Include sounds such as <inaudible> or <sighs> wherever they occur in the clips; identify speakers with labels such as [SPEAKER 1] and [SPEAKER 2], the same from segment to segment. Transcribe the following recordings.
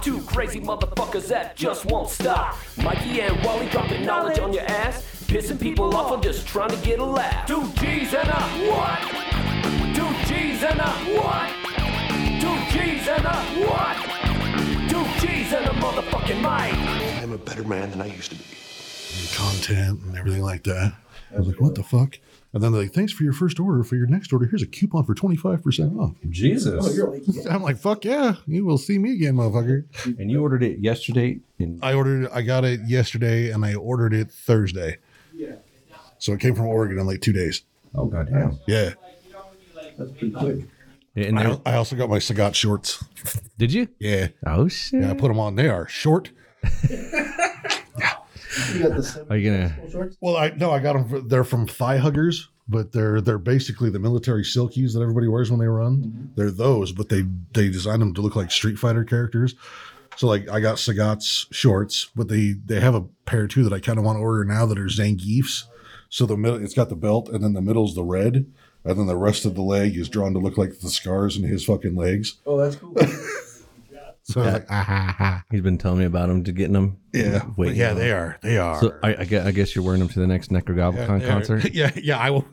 [SPEAKER 1] Two crazy motherfuckers that just won't stop. Mikey and Wally dropping knowledge on your ass. Pissing people off, I'm just trying to get a laugh. Two G's and a what? Two G's and a what? Two G's and a what? Two G's and a motherfucking mic.
[SPEAKER 2] I'm a better man than I used to be.
[SPEAKER 3] and content and everything like that. I was like, what the fuck? And then they're like, thanks for your first order. For your next order, here's a coupon for 25% off. <laughs>
[SPEAKER 4] Jesus.
[SPEAKER 5] Oh,
[SPEAKER 3] I'm like, fuck yeah, you will see me again, motherfucker.
[SPEAKER 4] and you ordered it yesterday in
[SPEAKER 3] I ordered it, I got it yesterday and I ordered it Thursday. Yeah. So it came from Oregon in like two days.
[SPEAKER 4] oh goddamn.
[SPEAKER 3] Yeah.
[SPEAKER 4] And
[SPEAKER 3] I,
[SPEAKER 4] there,
[SPEAKER 3] al- I also got my Sagat shorts.
[SPEAKER 4] did you?
[SPEAKER 3] Yeah.
[SPEAKER 4] Oh shit.
[SPEAKER 3] Yeah, I put them on. They are short.
[SPEAKER 4] Are you gonna?
[SPEAKER 3] Well, I no, I got them. For, they're from Thigh Huggers, but they're they're basically the military silkies that everybody wears when they run.
[SPEAKER 5] Mm-hmm.
[SPEAKER 3] They're those, but they they designed them to look like Street Fighter characters. So like I got Sagat's shorts, but they they have a pair too that I kind of want to order now that are Zangief's. So the middle, it's got the belt, and then the middle's the red, and then the rest of the leg is drawn to look like the scars in his fucking legs.
[SPEAKER 5] Oh,
[SPEAKER 4] <laughs>
[SPEAKER 5] that's cool.
[SPEAKER 3] So I was like, ah, ha, ha.
[SPEAKER 4] He's been telling me about them to getting them.
[SPEAKER 3] yeah,
[SPEAKER 4] Wait,
[SPEAKER 3] But yeah,
[SPEAKER 4] no.
[SPEAKER 3] they are, they are.
[SPEAKER 4] So I, I, gue- I guess you're wearing them to the next Necrogoblin
[SPEAKER 3] Yeah, <laughs>
[SPEAKER 4] concert.
[SPEAKER 3] Yeah, yeah, I will.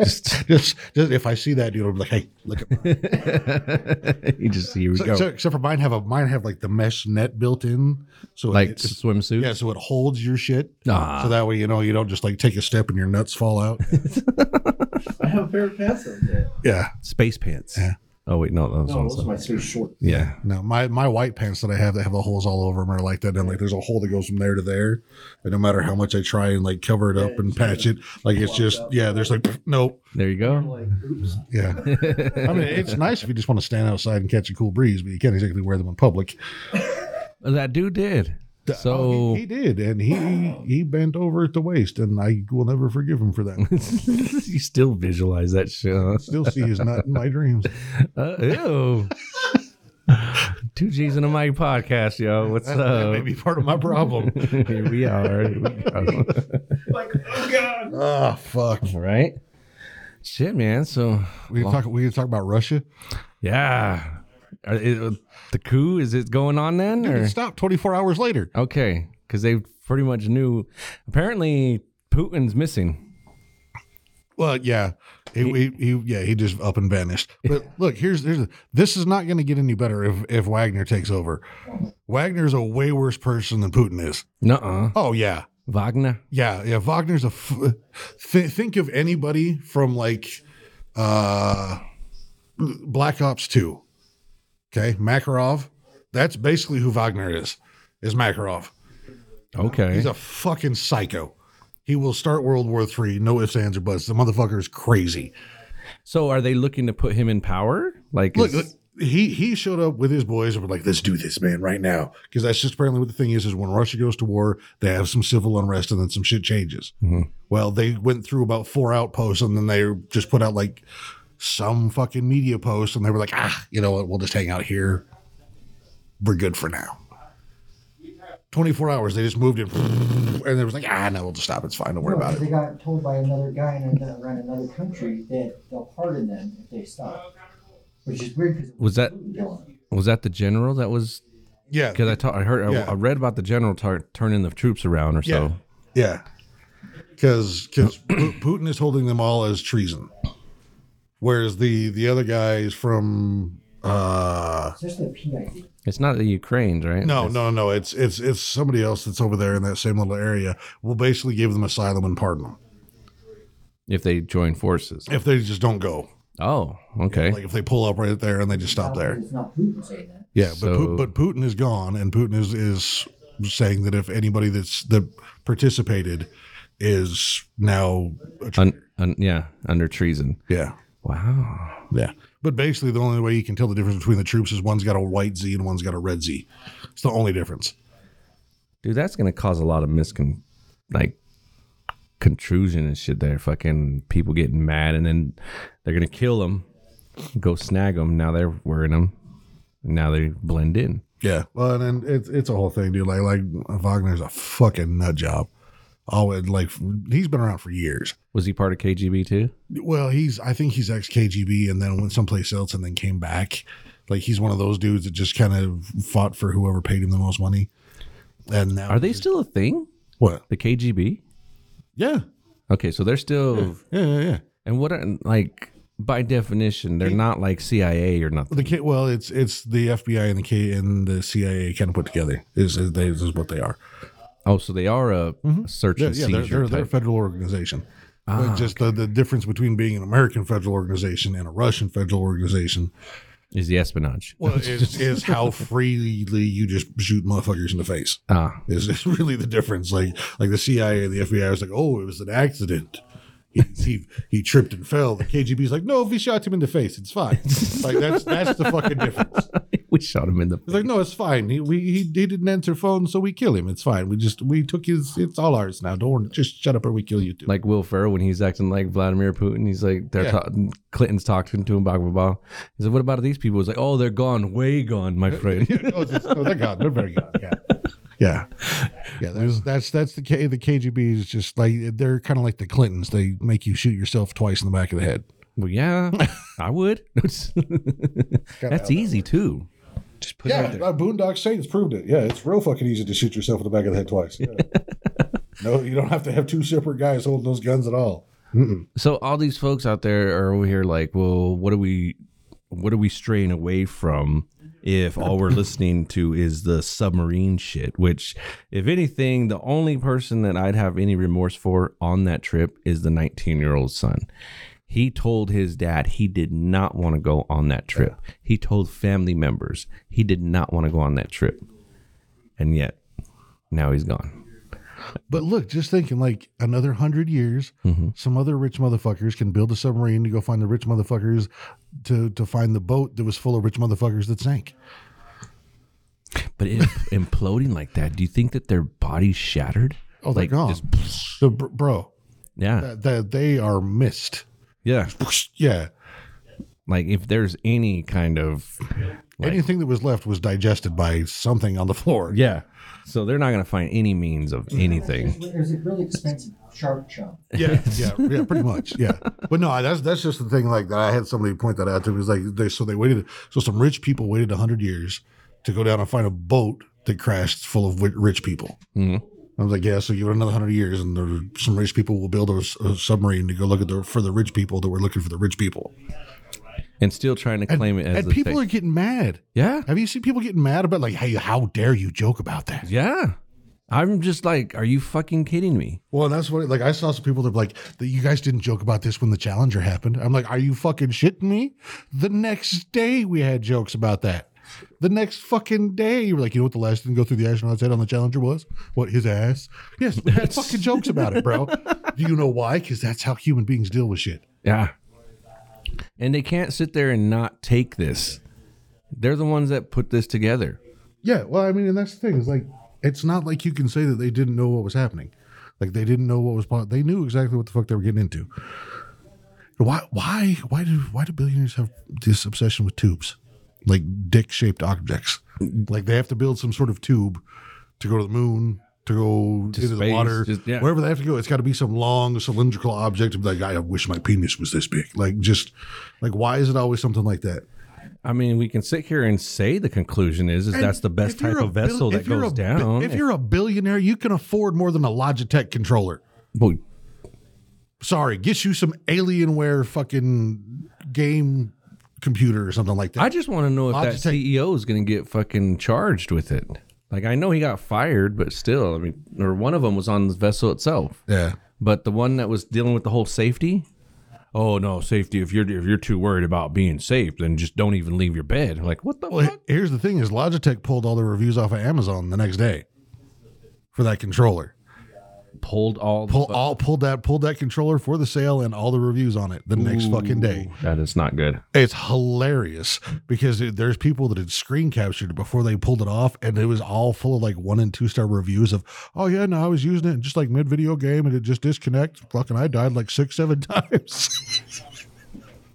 [SPEAKER 3] just, just, just if I see that dude, I'll be like, hey, look
[SPEAKER 4] <laughs>
[SPEAKER 3] at mine.
[SPEAKER 4] you just here we
[SPEAKER 3] So-
[SPEAKER 4] go.
[SPEAKER 3] so- except for mine have a mine have like the mesh net built in, so
[SPEAKER 4] like
[SPEAKER 3] it, it's-
[SPEAKER 4] swimsuit.
[SPEAKER 3] yeah, so it holds your shit.
[SPEAKER 4] Ah.
[SPEAKER 3] So that way, you know, you don't just like take a step and your nuts fall
[SPEAKER 4] <laughs>
[SPEAKER 3] out.
[SPEAKER 5] I have a pair of pants like that.
[SPEAKER 3] yeah.
[SPEAKER 4] Space pants.
[SPEAKER 3] Yeah.
[SPEAKER 4] Oh wait, no, those
[SPEAKER 5] No,
[SPEAKER 4] ones.
[SPEAKER 5] those are my space shorts.
[SPEAKER 4] yeah.
[SPEAKER 3] No, my my white pants that I have that have the holes all over them are like that. And like, there's a hole that goes from there to there, and no matter how much I try and like cover it up and patch it, like it's just yeah. There's like <laughs> nope.
[SPEAKER 4] There you go.
[SPEAKER 5] Like, oops.
[SPEAKER 4] <laughs>
[SPEAKER 3] Yeah. I mean, it's nice if you just want to stand outside and catch a cool breeze, but you can't exactly wear them in public.
[SPEAKER 4] Oh, That dude did. So
[SPEAKER 3] Oh, he, he did, and he he bent over at the waist, and I will never forgive him for that. <laughs>
[SPEAKER 4] <laughs> you still visualize that shit. huh?
[SPEAKER 3] Still see his nut in my dreams.
[SPEAKER 4] Uh,
[SPEAKER 3] <laughs>
[SPEAKER 4] ew. Two G's in a mic podcast, yo. What's
[SPEAKER 3] That may
[SPEAKER 4] up?
[SPEAKER 3] be part of my problem.
[SPEAKER 4] <laughs> Here we are. Here
[SPEAKER 3] <laughs>
[SPEAKER 4] we go.
[SPEAKER 5] like, oh god.
[SPEAKER 3] oh fuck!
[SPEAKER 4] All right. Shit, man. So
[SPEAKER 3] We can talk. We can talk about Russia.
[SPEAKER 4] yeah, Are- is- the coup is it going on then?
[SPEAKER 3] Dude,
[SPEAKER 4] Or?
[SPEAKER 3] it stopped 24 hours later.
[SPEAKER 4] Okay, because they pretty much knew. Apparently, Putin's missing.
[SPEAKER 3] Well, yeah, he, he, he yeah he just up and <laughs> vanished. But look, here's here's this is not going to get any better if if Wagner takes over. Wagner's a way worse person than Putin is.
[SPEAKER 4] Nuh-uh.
[SPEAKER 3] Oh yeah,
[SPEAKER 4] Wagner.
[SPEAKER 3] Yeah, yeah. Wagner's a. F- th- think of anybody from like uh Black Ops Two. Okay, Makarov. That's basically who Wagner is. Is Makarov?
[SPEAKER 4] Okay.
[SPEAKER 3] He's a fucking psycho. He will start World War Three. No ifs, ands, or buts. The motherfucker is crazy.
[SPEAKER 4] so are they looking to put him in power? Like,
[SPEAKER 3] Look,
[SPEAKER 4] is-
[SPEAKER 3] look, he he showed up with his boys and were like, "Let's do this, man, right now." Because that's just apparently what the thing is: is when Russia goes to war, they have some civil unrest and then some shit changes. Well, they went through about four outposts and then they just put out like some fucking media post and they were like, "Ah, you know what? We'll just hang out here. We're good for now." Twenty four hours, they just moved it, and they was like, "Ah, no, we'll just stop. It's fine. Don't worry about
[SPEAKER 5] They
[SPEAKER 3] it."
[SPEAKER 5] got told by another guy in another, around another country that they'll pardon them if they stop, which is weird because
[SPEAKER 4] was that was that the general that was?
[SPEAKER 3] Yeah,
[SPEAKER 4] Because I ta- I heard I,
[SPEAKER 3] Yeah.
[SPEAKER 4] I read about the general tar- turning the troops around or so.
[SPEAKER 3] Yeah. Because
[SPEAKER 4] <clears throat>
[SPEAKER 3] because Putin is holding them all as treason, whereas the the other guy is from uh
[SPEAKER 5] Especially the PID.
[SPEAKER 4] It's not the Ukraine, right?
[SPEAKER 3] no no no it's it's it's somebody else that's over there in that same little area will basically give them asylum and pardon them
[SPEAKER 4] If they join forces.
[SPEAKER 3] if they just don't go
[SPEAKER 4] Oh, okay.
[SPEAKER 3] like if they pull up right there and they just stop there
[SPEAKER 5] It's not Putin saying that.
[SPEAKER 3] yeah but
[SPEAKER 4] So-
[SPEAKER 3] Pu- but Putin is gone and Putin is is saying that if anybody that's that participated is now a tre-
[SPEAKER 4] Un, un, yeah, under treason.
[SPEAKER 3] yeah
[SPEAKER 4] Wow.
[SPEAKER 3] Yeah. But basically, the only way you can tell the difference between the troops is one's got a white Z and one's got a red Z. It's the only difference.
[SPEAKER 4] Dude, that's going to cause a lot of miscon, like, contrusion and shit there. Fucking people getting mad and then they're going to kill them, go snag them. Now they're wearing them. Now they blend in.
[SPEAKER 3] Yeah. Well, and then it's it's a whole thing, dude. Like like Wagner's a fucking nut job. Always like he's been around for years.
[SPEAKER 4] Was he part of KGB too?
[SPEAKER 3] Well, he's I think he's ex KGB and then went someplace else and then came back. Like he's one of those dudes that just kind of fought for whoever paid him the most money. And now
[SPEAKER 4] Are they still a thing?
[SPEAKER 3] what?
[SPEAKER 4] The KGB?
[SPEAKER 3] Yeah,
[SPEAKER 4] Okay, so they're still
[SPEAKER 3] <laughs> yeah, yeah. yeah.
[SPEAKER 4] and what are like by definition they're not like CIA or nothing.
[SPEAKER 3] The K, well, it's it's the FBI and the K and the CIA kind of put together is is, they, is what they are.
[SPEAKER 4] Oh, so they are a search
[SPEAKER 3] Yeah,
[SPEAKER 4] and
[SPEAKER 3] Mm-hmm. yeah,
[SPEAKER 4] seizure
[SPEAKER 3] they're, they're, they're a
[SPEAKER 4] type. Ah,
[SPEAKER 3] federal organization. but just the, the difference between being an American federal organization and a Russian federal organization
[SPEAKER 4] is the espionage.
[SPEAKER 3] well, is, <laughs> is how freely you just shoot motherfuckers in the face.
[SPEAKER 4] Ah,
[SPEAKER 3] Is, is really the difference. Like like the CIA and the FBI was like, oh, it was an accident. He, he he tripped and fell. The KGB's like, no, we shot him in the face. It's fine. like that's that's the fucking difference.
[SPEAKER 4] <laughs> we shot him in the
[SPEAKER 3] It's like, no, it's fine. He we he, he didn't answer phone, so we kill him. It's fine. We just we took his. It's all ours now. Don't worry. just shut up or we kill you too.
[SPEAKER 4] like Will Ferrell when he's acting like Vladimir Putin. He's like, they're
[SPEAKER 3] Yeah.
[SPEAKER 4] talking. Clinton's talking to him, blah, blah, blah. He said, what about these people? He's like, oh, they're gone, way gone, my friend.
[SPEAKER 3] oh, it's- oh, they're gone. They're very gone. Yeah. Yeah, yeah. That's that's that's the K, the KGB is just like they're kind of like the Clintons. They make you shoot yourself twice in the back of the head.
[SPEAKER 4] well, yeah, I would. <laughs> That's easy, too.
[SPEAKER 6] Just put it out there.
[SPEAKER 3] uh, Boondock Saints proved it. Yeah, it's real fucking easy to shoot yourself in the back of the head twice. <laughs> Yeah. no, you don't have to have two separate guys holding those guns at all.
[SPEAKER 4] So all these folks out there are over here like, well, what are we, what are we straying away from? If all we're listening to is the submarine shit, which, if anything, the only person that I'd have any remorse for on that trip is the 19 year old son. He told his dad he did not want to go on that trip. He told family members he did not want to go on that trip. And yet, now he's gone.
[SPEAKER 3] But look, just thinking like another hundred years,
[SPEAKER 6] Mm-hmm.
[SPEAKER 3] some other rich motherfuckers can build a submarine to go find the rich motherfuckers to to find the boat that was full of rich motherfuckers that sank.
[SPEAKER 4] But it, <laughs> imploding like that, do you think that their bodies shattered?
[SPEAKER 3] Oh, they're
[SPEAKER 4] Like,
[SPEAKER 3] gone.
[SPEAKER 4] just-
[SPEAKER 3] So, br- bro,
[SPEAKER 4] Yeah.
[SPEAKER 3] that, that they are missed.
[SPEAKER 4] yeah.
[SPEAKER 3] Yeah,
[SPEAKER 4] Like if there's any kind of like,
[SPEAKER 3] anything that was left was digested by something on the floor.
[SPEAKER 4] yeah. So they're not going to find any means of anything.
[SPEAKER 5] It was a really expensive shark chunk.
[SPEAKER 3] <laughs> Yeah, yeah, yeah, pretty much. Yeah, but no, that's that's just the thing. Like that, I had somebody point that out to me. It was like they so they waited. So some rich people waited hundred years to go down and find a boat that crashed full of wi- rich people.
[SPEAKER 4] Mhm.
[SPEAKER 3] I was like, yeah. So give it another hundred years, and there, some rich people will build a, s- a submarine to go look at the for the rich people that were looking for the rich people.
[SPEAKER 4] And still trying to
[SPEAKER 3] And,
[SPEAKER 4] claim it as
[SPEAKER 3] and
[SPEAKER 4] the
[SPEAKER 3] people
[SPEAKER 4] thing.
[SPEAKER 3] are getting mad.
[SPEAKER 4] yeah.
[SPEAKER 3] Have you seen people getting mad about like, hey, how dare you joke about that?
[SPEAKER 4] Yeah. I'm just like, are you fucking kidding me?
[SPEAKER 3] Well, and that's what like I saw some people that were like that you guys didn't joke about this when the Challenger happened. I'm like, are you fucking shitting me? The next day we had jokes about that. The next fucking day, you were like, you know what the last thing to go through the astronaut's head on the Challenger was? What his ass? Yes, we had fucking jokes about it, bro. Do you know why? Because that's how human beings deal with shit.
[SPEAKER 4] Yeah. And they can't sit there and not take this. They're the ones that put this together.
[SPEAKER 3] Yeah, well, I mean, and that's the thing is like, it's not like you can say that they didn't know what was happening, like they didn't know what was. po- They knew exactly what the fuck they were getting into. Why? Why? Why do? Why do billionaires have this obsession with tubes, like dick-shaped objects? Like they have to build some sort of tube to go to the moon, to go into the
[SPEAKER 4] space,
[SPEAKER 3] water,
[SPEAKER 4] just- yeah.
[SPEAKER 3] wherever they have to go. It's got to be some long cylindrical object. To be like, I wish my penis was this big. Like, just like why is it always something like that?
[SPEAKER 4] I mean, we can sit here and say the conclusion is is
[SPEAKER 3] And
[SPEAKER 4] that's the best
[SPEAKER 3] if you're
[SPEAKER 4] type
[SPEAKER 3] a
[SPEAKER 4] of
[SPEAKER 3] bill-
[SPEAKER 4] vessel that
[SPEAKER 3] if you're
[SPEAKER 4] goes
[SPEAKER 3] a bi-
[SPEAKER 4] down.
[SPEAKER 3] If you're a billionaire, you can afford more than a Logitech controller.
[SPEAKER 4] Well,
[SPEAKER 3] Sorry, get you some Alienware fucking game computer or something like that.
[SPEAKER 4] I just want to know if that
[SPEAKER 3] Logitech-
[SPEAKER 4] CEO is going to get fucking charged with it. Like I know he got fired, but still, I mean, or one of them was on the vessel itself,
[SPEAKER 3] yeah.
[SPEAKER 4] but the one that was dealing with the whole safety. Oh no, safety! If you're if you're too worried about being safe, then just don't even leave your bed. I'm like what the
[SPEAKER 3] Well, he-
[SPEAKER 4] fuck?
[SPEAKER 3] here's the thing: is Logitech pulled all the reviews off of Amazon the next day for that controller.
[SPEAKER 4] Pulled all. the
[SPEAKER 3] Pull
[SPEAKER 4] fu-
[SPEAKER 3] all pulled that pulled that controller for the sale and all the reviews on it the next fucking day.
[SPEAKER 4] that is not good.
[SPEAKER 3] It's hilarious because it- there's people that had screen captured it before they pulled it off, and it was all full of like one and two star reviews of, oh yeah, no, I was using it just like mid video game and it just disconnect. Fucking, I died like six, seven <laughs> times.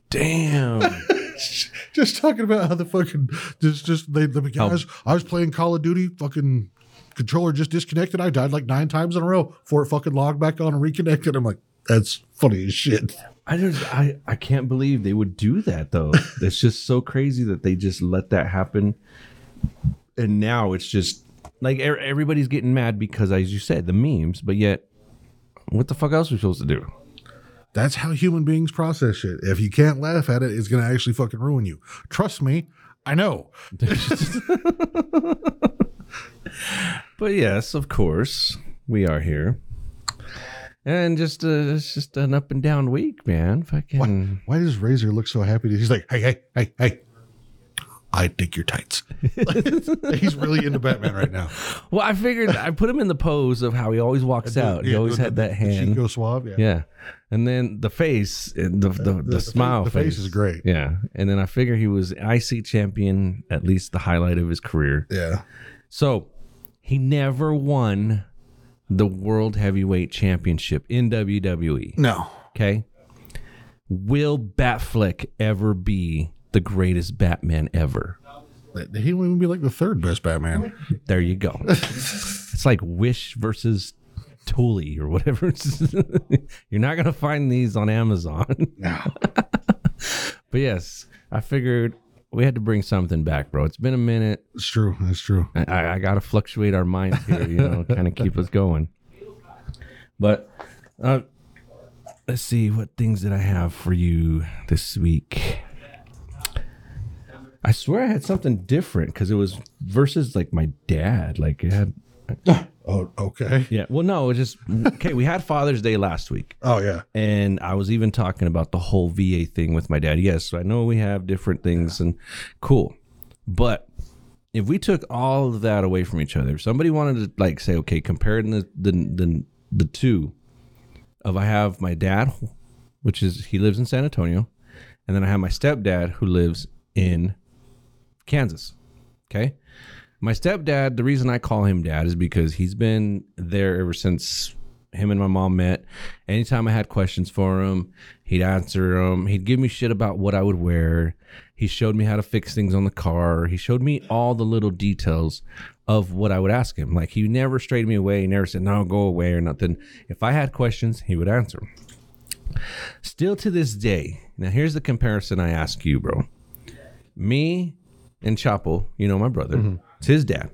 [SPEAKER 4] Damn.
[SPEAKER 3] just talking about how the fucking just just they the guys. I was playing Call of Duty, fucking controller just disconnected. I died like nine times in a row before it fucking logged back on and reconnected. I'm like, That's funny as shit.
[SPEAKER 4] I just I I can't believe they would do that though. it's just so crazy that they just let that happen. And now it's just like er- everybody's getting mad because as you said, the memes, but yet what the fuck else are we supposed to do? <laughs>
[SPEAKER 3] That's how human beings process shit. If you can't laugh at it, it's gonna actually fucking ruin you. Trust me, I know.
[SPEAKER 4] But yes, of course, we are here. And just uh, it's just an up and down week, man. Fucking
[SPEAKER 3] Why does Razor look so happy? He's like, hey, hey, hey, hey. I dig your tights.
[SPEAKER 4] <laughs>
[SPEAKER 3] He's really into Batman right now.
[SPEAKER 4] well, I figured I put him in the pose of how he always walks out. He
[SPEAKER 3] Yeah,
[SPEAKER 4] always
[SPEAKER 3] the-
[SPEAKER 4] had
[SPEAKER 3] the-
[SPEAKER 4] that
[SPEAKER 3] the
[SPEAKER 4] hand.
[SPEAKER 3] Chico Suave, yeah.
[SPEAKER 4] Yeah. And then the face, and the, the, the,
[SPEAKER 3] the face-
[SPEAKER 4] smile
[SPEAKER 3] the face is great.
[SPEAKER 4] Yeah. And then I figure he was IC champion, at least the highlight of his career.
[SPEAKER 3] yeah.
[SPEAKER 4] So he never won the World Heavyweight Championship in WWE.
[SPEAKER 3] No.
[SPEAKER 4] Okay. Will Batfleck ever be the greatest Batman ever?
[SPEAKER 3] He won't even be like the third best Batman.
[SPEAKER 4] There you go. it's like Wish versus Tully or whatever. <laughs> You're not going to find these on Amazon.
[SPEAKER 3] No.
[SPEAKER 4] <laughs> But yes, I figured we had to bring something back, bro. It's been a minute.
[SPEAKER 3] It's true. It's true.
[SPEAKER 4] I- I, I got to fluctuate our minds here, you know, kind of keep us going. But uh, let's see what things that I have for you this week. I swear I had something different because it was versus like my dad. Like it had,
[SPEAKER 3] Oh, okay.
[SPEAKER 4] yeah. Well, no, it just okay. We had Father's Day last week.
[SPEAKER 3] Oh, yeah.
[SPEAKER 4] And I was even talking about the whole VA thing with my dad. Yes, I know we have different things and cool. But if we took all of that away from each other, if somebody wanted to like say, okay, comparing the the the, the two of I have my dad, which is he lives in San Antonio, and then I have my stepdad who lives in Kansas. Okay. My stepdad, the reason I call him dad is because he's been there ever since him and my mom met. Anytime I had questions for him, he'd answer them. He'd give me shit about what I would wear. He showed me how to fix things on the car. He showed me all the little details of what I would ask him. Like he never strayed me away. He never said, no, go away or nothing. If I had questions, he would answer 'em. Still to this day, now here's the comparison I ask you, bro. Me and Chapo, you know, my brother, it's his dad.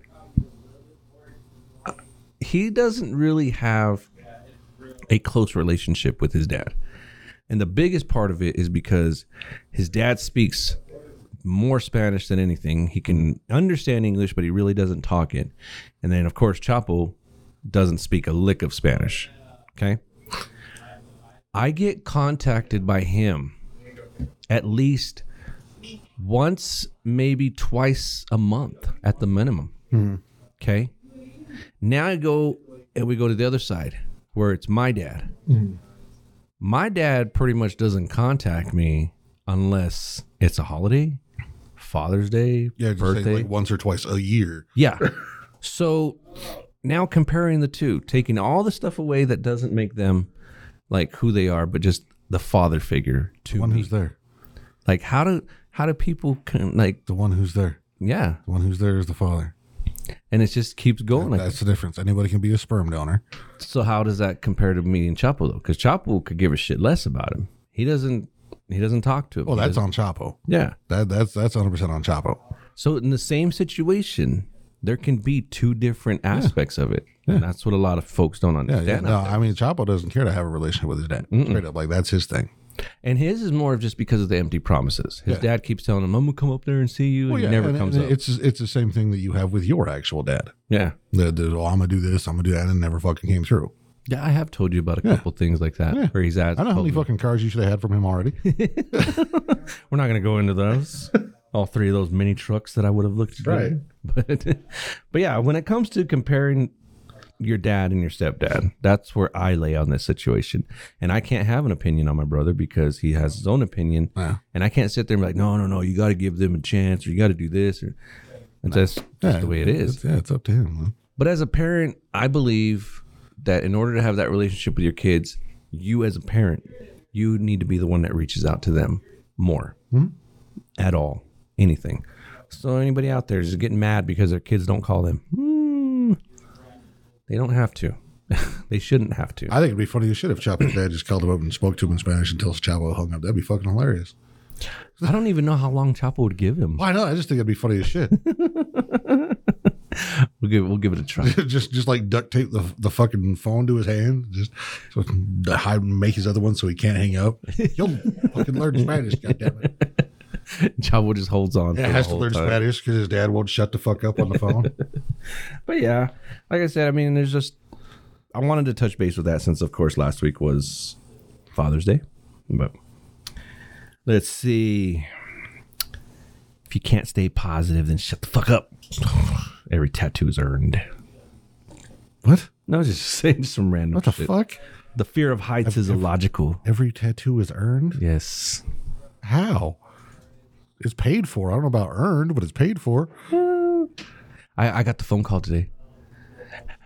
[SPEAKER 4] He doesn't really have a close relationship with his dad. And the biggest part of it is because his dad speaks more Spanish than anything. He can understand English, but he really doesn't talk it. And then, of course, Chapo doesn't speak a lick of Spanish. Okay. I get contacted by him at least once, maybe twice a month at the minimum.
[SPEAKER 3] Hmm.
[SPEAKER 4] Okay. Now I go and we go to the other side where it's my dad.
[SPEAKER 3] Hmm.
[SPEAKER 4] My dad pretty much doesn't contact me unless it's a holiday, Father's Day,
[SPEAKER 3] Yeah, just say,
[SPEAKER 4] birthday.
[SPEAKER 3] like once or twice a year. <laughs>
[SPEAKER 4] Yeah. So now comparing the two, taking all the stuff away that doesn't make them like who they are, but just the father figure
[SPEAKER 3] The
[SPEAKER 4] to
[SPEAKER 3] one
[SPEAKER 4] me.
[SPEAKER 3] who's there.
[SPEAKER 4] Like how do how do people con- like
[SPEAKER 3] The one who's there.
[SPEAKER 4] yeah?
[SPEAKER 3] The one who's there is the father.
[SPEAKER 4] And it just keeps going like
[SPEAKER 3] That's the difference. Anybody can be a sperm donor.
[SPEAKER 4] So how does that compare to me and Chapo though? Because Chapo could give a shit less about him. He doesn't. He doesn't talk to him.
[SPEAKER 3] Well,
[SPEAKER 4] He
[SPEAKER 3] that's
[SPEAKER 4] doesn't-
[SPEAKER 3] on Chapo.
[SPEAKER 4] yeah.
[SPEAKER 3] That that's that's hundred percent on Chapo.
[SPEAKER 4] So in the same situation, there can be two different aspects of it, and that's what a lot of folks don't
[SPEAKER 3] Yeah,
[SPEAKER 4] understand.
[SPEAKER 3] yeah. No, I mean Chapo doesn't care to have a relationship with his dad. Straight up, like that's his thing.
[SPEAKER 4] And his is more of just because of the empty promises. His dad keeps telling him, "I'm gonna come up there and see you," and
[SPEAKER 3] Well, yeah,
[SPEAKER 4] he never
[SPEAKER 3] and-
[SPEAKER 4] comes
[SPEAKER 3] and
[SPEAKER 4] up.
[SPEAKER 3] It's it's the same thing that you have with your actual dad.
[SPEAKER 4] yeah,
[SPEAKER 3] The, the, oh, I'm gonna do this. I'm gonna do that, and it never fucking came through.
[SPEAKER 4] yeah. I have told you about a couple things like that where he's at.
[SPEAKER 3] I know how many
[SPEAKER 4] told me,
[SPEAKER 3] fucking cars you should have had from him already.
[SPEAKER 4] We're not gonna go into those.
[SPEAKER 3] <laughs>
[SPEAKER 4] All three of those mini trucks that I would have looked at.
[SPEAKER 3] Right.
[SPEAKER 4] <laughs> But, but yeah, when it comes to comparing your dad and your stepdad, that's where I lay on this situation. And I can't have an opinion on my brother because he has his own opinion.
[SPEAKER 3] Yeah.
[SPEAKER 4] And I can't sit there and be like, no, no, no, you got to give them a chance or you got to do this. Or <laughs> that's just,
[SPEAKER 3] Yeah,
[SPEAKER 4] the way it is.
[SPEAKER 3] it's- yeah, it's up to him. man.
[SPEAKER 4] But as a parent, I believe that in order to have that relationship with your kids, you as a parent, you need to be the one that reaches out to them more
[SPEAKER 3] Hmm?
[SPEAKER 4] at all, anything. So anybody out there is getting mad because their kids don't call them. Hmm. they don't have to. <laughs> they shouldn't have to.
[SPEAKER 3] I think it'd be funny as shit if Chapo's dad just called him up and spoke to him in Spanish and tells Chapo hung up. That'd be fucking hilarious.
[SPEAKER 4] I don't even know how long Chapo would give him.
[SPEAKER 3] Why not? I just think it'd be funny as shit.
[SPEAKER 4] We'll give we'll give it a try. <laughs>
[SPEAKER 3] just just like duct tape the, the fucking phone to his hand. Just so to hide make his other one so he can't hang up. You'll fucking learn Spanish, goddammit.
[SPEAKER 4] <laughs>
[SPEAKER 3] it.
[SPEAKER 4] Chapo just holds on. for
[SPEAKER 3] Yeah,
[SPEAKER 4] the
[SPEAKER 3] has to
[SPEAKER 4] whole
[SPEAKER 3] learn
[SPEAKER 4] time.
[SPEAKER 3] Spanish because his dad won't shut the fuck up on the
[SPEAKER 4] <laughs>
[SPEAKER 3] phone.
[SPEAKER 4] But yeah, like I said, I mean, there's just I wanted to touch base with that since, of course, last week was Father's Day. But let's see. If you can't stay positive, then shut the fuck up. <sighs> Every tattoo's earned.
[SPEAKER 3] what?
[SPEAKER 4] No, I was just <laughs> saying some random
[SPEAKER 3] What the
[SPEAKER 4] Oh, shit.
[SPEAKER 3] fuck?
[SPEAKER 4] The fear of heights is illogical.
[SPEAKER 3] Every tattoo is earned?
[SPEAKER 4] Yes.
[SPEAKER 3] How? It's paid for. I don't know about earned, but it's paid for
[SPEAKER 4] I, I got the phone call today.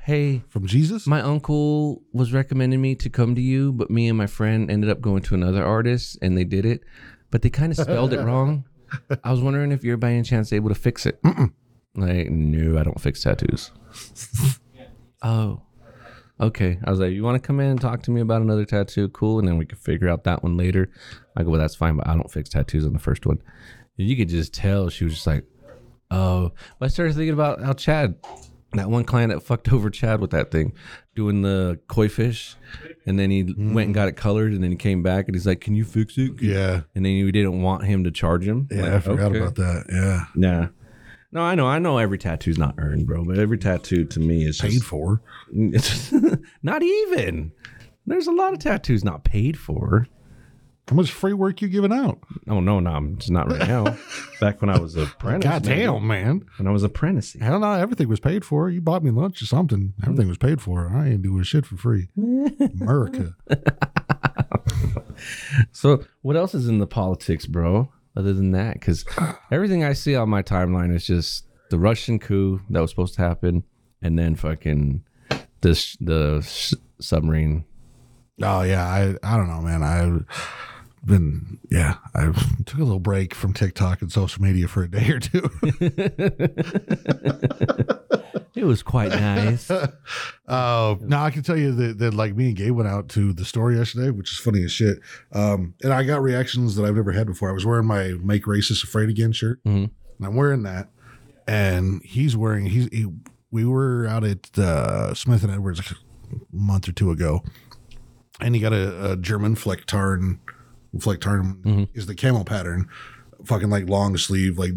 [SPEAKER 4] Hey,
[SPEAKER 3] from Jesus.
[SPEAKER 4] my uncle was recommending me to come to you, but me and my friend ended up going to another artist and they did it, but they kind of spelled it wrong. I was wondering if you're by any chance able to fix it. Like, no, I don't fix tattoos. oh, okay. I was like, you want to come in and talk to me about another tattoo? Cool. And then we can figure out that one later. I go, well, that's fine, but I don't fix tattoos on the first one. And you could just tell she was just like, oh. But I started thinking about how Chad that one client that fucked <laughs> over Chad with that thing, doing the koi fish, and then he
[SPEAKER 3] Mm.
[SPEAKER 4] went and got it colored, and then he came back and he's like, "Can you fix it?"
[SPEAKER 3] yeah.
[SPEAKER 4] And then we didn't want him to charge him.
[SPEAKER 3] Yeah, I forgot about that. Yeah.
[SPEAKER 4] Nah. No, I know, I know. Every tattoo's not earned, bro. But every tattoo to me is
[SPEAKER 3] Paid for.
[SPEAKER 4] just, <laughs> not even. There's a lot of tattoos not paid for.
[SPEAKER 3] How much free work you giving out?
[SPEAKER 4] Oh no, no, I'm just not right <laughs> now. Back when I was an apprentice,
[SPEAKER 3] God
[SPEAKER 4] maybe.
[SPEAKER 3] damn, man.
[SPEAKER 4] when I was apprenticing.
[SPEAKER 3] Hell no, everything was paid for. You bought me lunch or something. Everything was paid for. I ain't doing shit for free. America.
[SPEAKER 4] So, what else is in the politics, bro? Other than that, <sighs> because everything I see on my timeline is just the Russian coup that was supposed to happen, and then fucking this the s- submarine.
[SPEAKER 3] Oh yeah, I I don't know, man. I've been yeah, I took a little break from TikTok and social media for a day or two.
[SPEAKER 4] It was quite nice.
[SPEAKER 3] Uh, no, I can tell you that, that like me and Gabe went out to the store yesterday, which is funny as shit. Um, and I got reactions that I've never had before. I was wearing my "Make Racist Afraid Again" shirt, and I'm wearing that, and he's wearing he's he, we were out at uh, Smith and Edwards a month or two ago, and he got a, a German Flecktarn. Flecktarn is the camel pattern, fucking like long sleeve like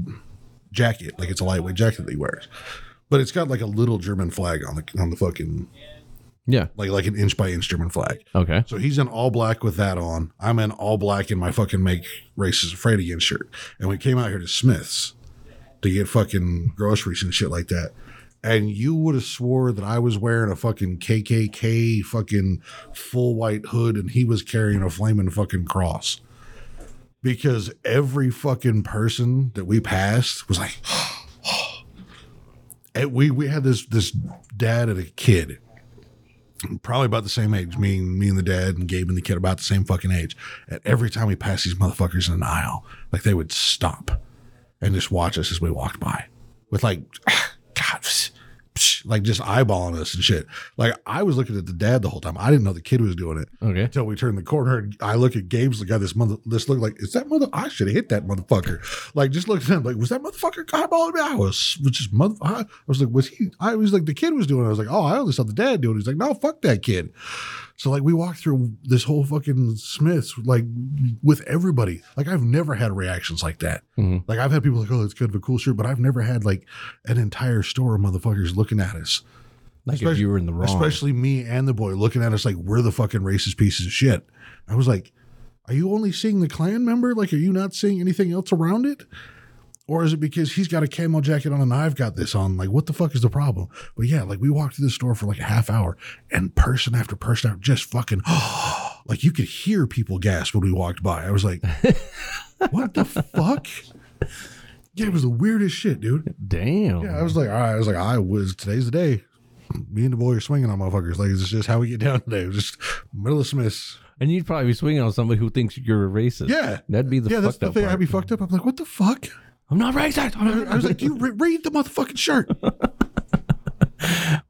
[SPEAKER 3] jacket, like it's a lightweight jacket that he wears. But it's got like a little German flag on the on the fucking
[SPEAKER 4] <laughs> yeah.
[SPEAKER 3] like like an inch by inch German flag.
[SPEAKER 4] Okay.
[SPEAKER 3] So he's in all black with that on. I'm in all black in my fucking make races afraid again shirt. And we came out here to Smith's to get fucking groceries and shit like that. And you would have swore that I was wearing a fucking KKK fucking full white hood and he was carrying a flaming fucking cross. Because every fucking person that we passed was like, <gasps> and we we had this this dad and a kid probably about the same age. Me and me and the dad and Gabe and the kid about the same fucking age. And every time we passed these motherfuckers in an aisle, like they would stop and just watch us as we walked by, with like, <sighs> God, psh, psh, like just eyeballing us and shit. Like I was looking at the dad the whole time. I didn't know the kid was doing it
[SPEAKER 4] Okay.
[SPEAKER 3] until we turned the corner and I look at Gabe's the guy this mother this look like is that mother I should have hit that motherfucker. Like just looked at him like was that motherfucker eyeballing me? I was which is mother I, I was like was he I was like the kid was doing it. I was like oh I only saw the dad doing it. He's like no fuck that kid. So like we walked through this whole fucking Smiths like with everybody. Like I've never had reactions like that.
[SPEAKER 4] Mhm.
[SPEAKER 3] Like I've had people like oh that's kind of a cool shirt but I've never had like an entire store of motherfuckers looking at us.
[SPEAKER 4] Like if
[SPEAKER 3] Especially-
[SPEAKER 4] you were in the wrong.
[SPEAKER 3] Especially me and the boy looking at us like we're the fucking racist pieces of shit. I was like, are you only seeing the Klan member? Like, are you not seeing anything else around it? Or is it because he's got a camo jacket on and I've got this on? Like, what the fuck is the problem? But yeah, like we walked through the store for like a half hour and person after person after just fucking <gasps> like you could hear people gasp when we walked by. I was
[SPEAKER 4] <laughs>
[SPEAKER 3] like, what the fuck? Yeah, it was the weirdest shit, dude.
[SPEAKER 4] Damn.
[SPEAKER 3] Yeah, I was like, all right. I was like, I was today's the day. Me and the boy are swinging on motherfuckers. Like it's just how we get down today. It was just middle of Smith's.
[SPEAKER 4] And you'd probably be swinging on somebody who thinks you're a racist.
[SPEAKER 3] Yeah,
[SPEAKER 4] That'd be the
[SPEAKER 3] yeah. That's
[SPEAKER 4] fucked
[SPEAKER 3] the
[SPEAKER 4] up
[SPEAKER 3] thing. I'd
[SPEAKER 4] part.
[SPEAKER 3] be fucked up. I'm like, what the fuck?
[SPEAKER 4] I'm not racist. I'm
[SPEAKER 3] I
[SPEAKER 4] not-
[SPEAKER 3] was like, do you re- read the motherfucking shirt?
[SPEAKER 4] <laughs>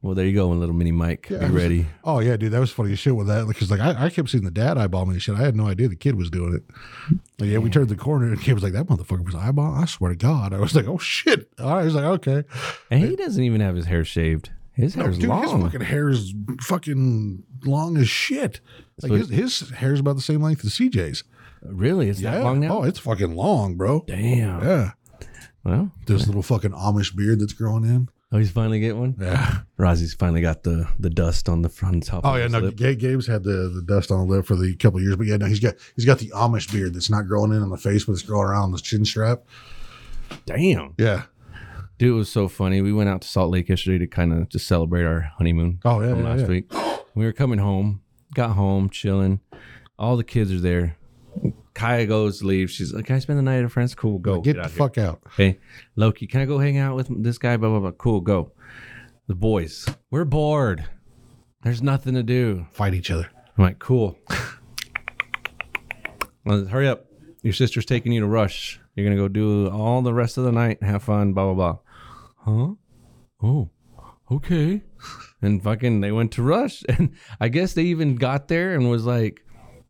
[SPEAKER 4] Well, there you go, one little mini Mike.
[SPEAKER 3] Yeah,
[SPEAKER 4] Be
[SPEAKER 3] I was-
[SPEAKER 4] ready.
[SPEAKER 3] Oh yeah, dude, that was funny as shit with that because like I, I kept seeing the dad eyeball me and shit. I had no idea the kid was doing it. Like, yeah, we turned the corner and the kid was like, "That motherfucker was eyeball." I swear to God, I was like, "Oh shit!" All right, I was like, "Okay."
[SPEAKER 4] And he doesn't even have his hair shaved. His
[SPEAKER 3] No,
[SPEAKER 4] hair's
[SPEAKER 3] dude, his
[SPEAKER 4] long.
[SPEAKER 3] fucking hair is fucking long as shit. Like his,
[SPEAKER 4] what-
[SPEAKER 3] his hair's about the same length as CJ's.
[SPEAKER 4] Really? It's that long now?
[SPEAKER 3] Oh, it's fucking long, bro.
[SPEAKER 4] Damn.
[SPEAKER 3] Yeah.
[SPEAKER 4] Well,
[SPEAKER 3] This little fucking Amish beard that's growing in.
[SPEAKER 4] oh, he's finally getting one.
[SPEAKER 3] Yeah.
[SPEAKER 4] Rosie's finally got the the dust on the front top.
[SPEAKER 3] Oh
[SPEAKER 4] of
[SPEAKER 3] yeah,
[SPEAKER 4] his
[SPEAKER 3] no.
[SPEAKER 4] lip.
[SPEAKER 3] Ga- Gabe's had the, the dust on the lip for the couple of years, but yeah, no, he's got he's got the Amish beard that's not growing in on the face, but it's growing around on the chin strap.
[SPEAKER 4] Damn.
[SPEAKER 3] Yeah.
[SPEAKER 4] Dude, it was so funny. We went out to Salt Lake yesterday to kind of just celebrate our honeymoon
[SPEAKER 3] Oh, yeah,
[SPEAKER 4] from
[SPEAKER 3] yeah,
[SPEAKER 4] last
[SPEAKER 3] yeah.
[SPEAKER 4] week. We were coming home, got home, chilling. All the kids are there. Kaya goes, leaves. She's like, Can I spend the night at a friend's? Cool, go.
[SPEAKER 3] Get,
[SPEAKER 4] out
[SPEAKER 3] the
[SPEAKER 4] here."
[SPEAKER 3] fuck out.
[SPEAKER 4] Hey, Loki, can I go hang out with this guy? Blah, blah, blah. Cool, go. The boys, we're bored. There's nothing to do.
[SPEAKER 3] Fight each other.
[SPEAKER 4] I'm like, cool. Well, hurry up. Your sister's taking you to Rush. You're going to go do all the rest of the night, have fun, blah, blah, blah. Huh? Oh, okay. And fucking, they went to Rush. <laughs> And I guess they even got there and was like,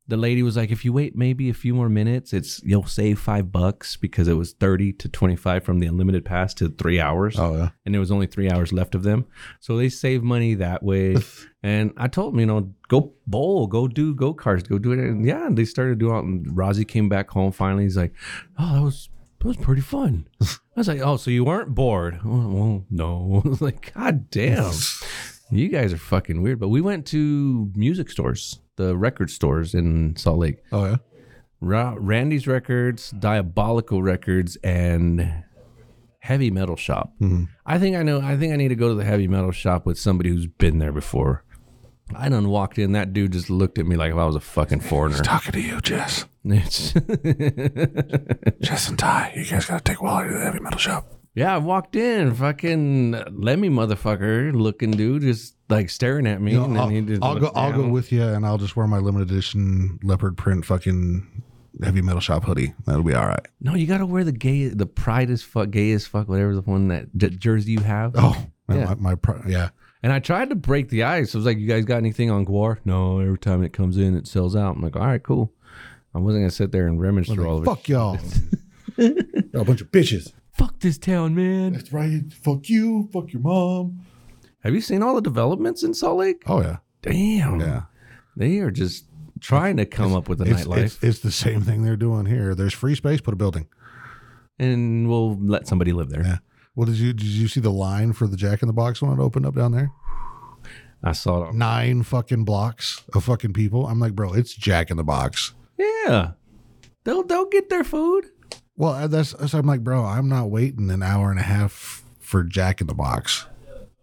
[SPEAKER 4] the lady was like, if you wait maybe a few more minutes, it's you'll save five bucks because it was 30 to 25 from the unlimited pass to three hours
[SPEAKER 3] Oh yeah.
[SPEAKER 4] and there was only three hours left of them. So they save money that
[SPEAKER 3] <laughs>
[SPEAKER 4] way. and I told them, you know, go bowl, go do go karts, go do it. And yeah, they started doing. It. And Rozzy came back home finally. He's like, oh, that was that was
[SPEAKER 3] <laughs>
[SPEAKER 4] pretty fun. I was like, oh, so you weren't bored? Oh, well, no. <laughs> I was like,
[SPEAKER 3] <laughs>
[SPEAKER 4] god damn, you guys are fucking weird. But we went to music stores, the record stores in Salt Lake.
[SPEAKER 3] Oh yeah.
[SPEAKER 4] Ra- Randy's Records, Diabolical Records, and Heavy Metal Shop.
[SPEAKER 3] Mm-hmm.
[SPEAKER 4] I think I know. I think I need to go to the Heavy Metal Shop with somebody who's been there before. I done walked in. That dude just looked at me like if I was a fucking foreigner.
[SPEAKER 3] Talking to you, Jess.
[SPEAKER 4] <laughs> It's- <laughs>
[SPEAKER 3] Jess and Ty. You guys gotta take Wally to the heavy metal shop.
[SPEAKER 4] yeah, I walked in. Fucking Lemmy motherfucker looking dude just like staring at me. and then
[SPEAKER 3] I'll,
[SPEAKER 4] he just
[SPEAKER 3] I'll go
[SPEAKER 4] looked
[SPEAKER 3] I'll go
[SPEAKER 4] down.
[SPEAKER 3] with you and I'll just wear my limited edition leopard print fucking heavy metal shop hoodie. That'll be all right.
[SPEAKER 4] No, you gotta wear the gay, the pride as fuck, gay as fuck, whatever the one that j- jersey you have.
[SPEAKER 3] Oh, man,
[SPEAKER 4] Yeah.
[SPEAKER 3] my, my pro- yeah.
[SPEAKER 4] And I tried to break the ice. I was like, "You guys got anything on Guar?" No. Every time it comes in, it sells out. I'm like, "All right, cool." I wasn't gonna sit there and rummage through all of it.
[SPEAKER 3] Fuck y'all.
[SPEAKER 4] <laughs>
[SPEAKER 3] y'all a bunch of bitches.
[SPEAKER 4] Fuck this town, man.
[SPEAKER 3] That's right. Fuck you. Fuck your mom.
[SPEAKER 4] Have you seen all the developments in Salt Lake?
[SPEAKER 3] Oh yeah.
[SPEAKER 4] Damn.
[SPEAKER 3] Yeah.
[SPEAKER 4] They are just trying to come up with a
[SPEAKER 3] It's,
[SPEAKER 4] nightlife,
[SPEAKER 3] it's, it's the same thing they're doing here. There's free space, put a building.
[SPEAKER 4] and we'll let somebody live there.
[SPEAKER 3] Yeah. Well, did you did you see the line for the Jack in the Box when it opened up down there?
[SPEAKER 4] I saw it. On-
[SPEAKER 3] Nine fucking blocks of fucking people. I'm like, bro, it's Jack in the Box.
[SPEAKER 4] yeah. They'll they'll get their food.
[SPEAKER 3] Well, I- that's, that's I'm like, bro, I'm not waiting an hour and a half for Jack in the Box.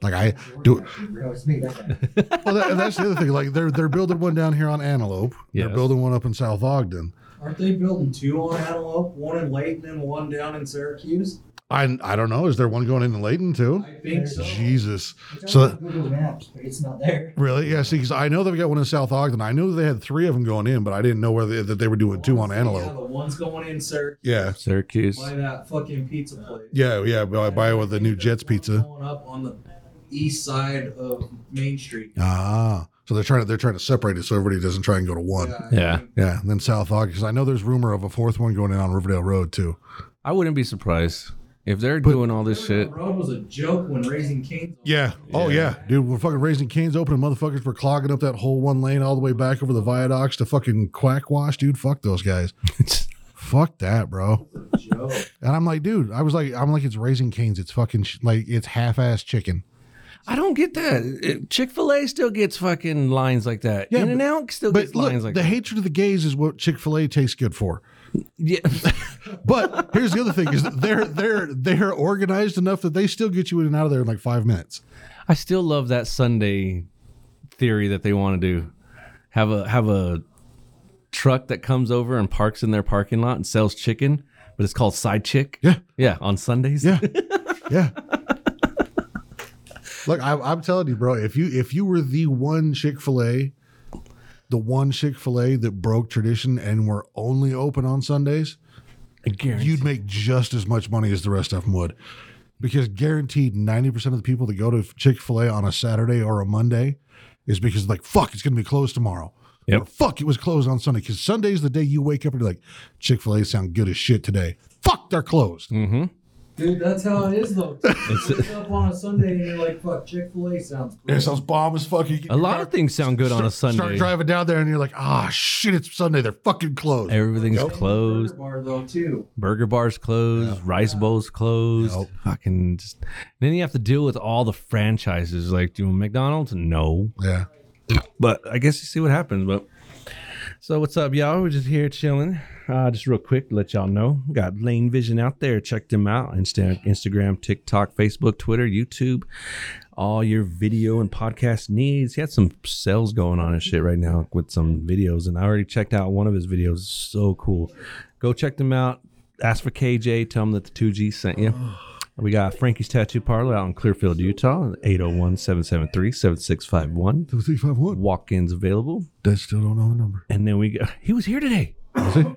[SPEAKER 3] Like I do.
[SPEAKER 5] No, it's me. That
[SPEAKER 3] <laughs>
[SPEAKER 5] guy.
[SPEAKER 3] Well, that, and that's the other thing. Like they're they're building one down here on Antelope.
[SPEAKER 4] Yes.
[SPEAKER 3] They're building one up in South Ogden.
[SPEAKER 6] Aren't they building two on Antelope, one in Layton and one down in Syracuse?
[SPEAKER 3] I I don't know. Is there one going into Layton too?
[SPEAKER 6] I think so.
[SPEAKER 3] Jesus.
[SPEAKER 5] It's
[SPEAKER 3] So
[SPEAKER 5] on Google Maps, but it's not there.
[SPEAKER 3] Really? Yeah. See, because I know they've got one in South Ogden. I knew they had three of them going in, but I didn't know where they, that they were doing two on
[SPEAKER 6] Yeah,
[SPEAKER 3] Antelope.
[SPEAKER 6] the one's going in Syracuse
[SPEAKER 3] Yeah.
[SPEAKER 4] Syracuse.
[SPEAKER 6] by that fucking pizza place.
[SPEAKER 3] Yeah. Yeah. By, by with the new Jets pizza.
[SPEAKER 6] Going up on the east side of Main Street.
[SPEAKER 3] Ah. So they're trying to they're trying to separate it so everybody doesn't try and go to one. Yeah.
[SPEAKER 6] I
[SPEAKER 4] Yeah.
[SPEAKER 6] think
[SPEAKER 3] and then South Ogden, because I know there's rumor of a fourth one going in on Riverdale Road too.
[SPEAKER 4] I wouldn't be surprised if they're doing all this
[SPEAKER 6] The
[SPEAKER 4] shit.
[SPEAKER 6] road was a joke when Raising Cane's.
[SPEAKER 3] Yeah. Oh yeah, dude. We're fucking raising canes open, and motherfuckers were clogging up that whole one lane all the way back over the viaducts to fucking quack wash, dude. Fuck those guys. Fuck that, bro.
[SPEAKER 6] a joke.
[SPEAKER 3] And I'm like, dude, I was like, I'm like, it's raising canes. It's fucking sh- like it's half-ass chicken.
[SPEAKER 4] <laughs> I don't get that. Chick Fil A still gets fucking lines like that.
[SPEAKER 3] Yeah,
[SPEAKER 4] In and Out still
[SPEAKER 3] But
[SPEAKER 4] gets
[SPEAKER 3] look,
[SPEAKER 4] lines like
[SPEAKER 3] the
[SPEAKER 4] that.
[SPEAKER 3] hatred of the gays is what Chick Fil A tastes good for.
[SPEAKER 4] Yeah, <laughs>
[SPEAKER 3] But here's the other thing: is that they're they're they're organized enough that they still get you in and out of there in like five minutes.
[SPEAKER 4] I still love that Sunday theory that they want to do. Have a have a truck that comes over and parks in their parking lot and sells chicken, but it's called Side Chick.
[SPEAKER 3] Yeah.
[SPEAKER 4] yeah, on Sundays.
[SPEAKER 3] Yeah,
[SPEAKER 4] <laughs>
[SPEAKER 3] yeah. Look, I, I'm telling you, bro. If you if you were the one Chick Fil A, the one Chick Fil A that broke tradition and were only open on Sundays,
[SPEAKER 4] I guarantee.
[SPEAKER 3] you'd make just as much money as the rest of them would. because guaranteed 90% of the people that go to chick-fil-a on a saturday or a monday is because like fuck it's gonna be closed tomorrow
[SPEAKER 4] Yep.
[SPEAKER 3] Or, fuck it was closed on sunday because sunday's the day you wake up and you're like chick-fil-a sound good as shit today fuck they're closed
[SPEAKER 6] Dude, that's how it is
[SPEAKER 7] <laughs>
[SPEAKER 6] though. You wake up on a Sunday and you're like, "Fuck, Chick Fil A sounds
[SPEAKER 3] it
[SPEAKER 6] great."
[SPEAKER 3] sounds bomb as fuck You get
[SPEAKER 4] A
[SPEAKER 3] your
[SPEAKER 4] lot
[SPEAKER 3] car-
[SPEAKER 4] of things sound good on a
[SPEAKER 3] start- start
[SPEAKER 4] Sunday.
[SPEAKER 3] driving down there and you're like ah shit it's sunday they're fucking closed
[SPEAKER 4] Everything's
[SPEAKER 6] Burger
[SPEAKER 4] closed.
[SPEAKER 6] Bar though too.
[SPEAKER 4] Burger bars closed. Rice bowls closed.
[SPEAKER 3] Yep.
[SPEAKER 4] Fucking just. Then you have to deal with all the franchises. Like, do you want McDonald's? No.
[SPEAKER 3] yeah
[SPEAKER 4] but I guess you see what happens. But so what's up, y'all? We're just here chilling. Uh, just real quick, to let y'all know, got Lane Vision out there. Check them out: Insta- Instagram, TikTok, Facebook, Twitter, YouTube. All your video and podcast needs. He had some sales going on and shit right now with some videos, and I already checked out one of his videos. So cool. Go check them out. Ask for KJ. Tell him that the two G sent you. We got Frankie's Tattoo Parlor out in Clearfield, Utah, 801 773 7651
[SPEAKER 3] two three five one
[SPEAKER 4] walk-ins available.
[SPEAKER 3] they still don't know the number
[SPEAKER 4] And then we go. He was here today.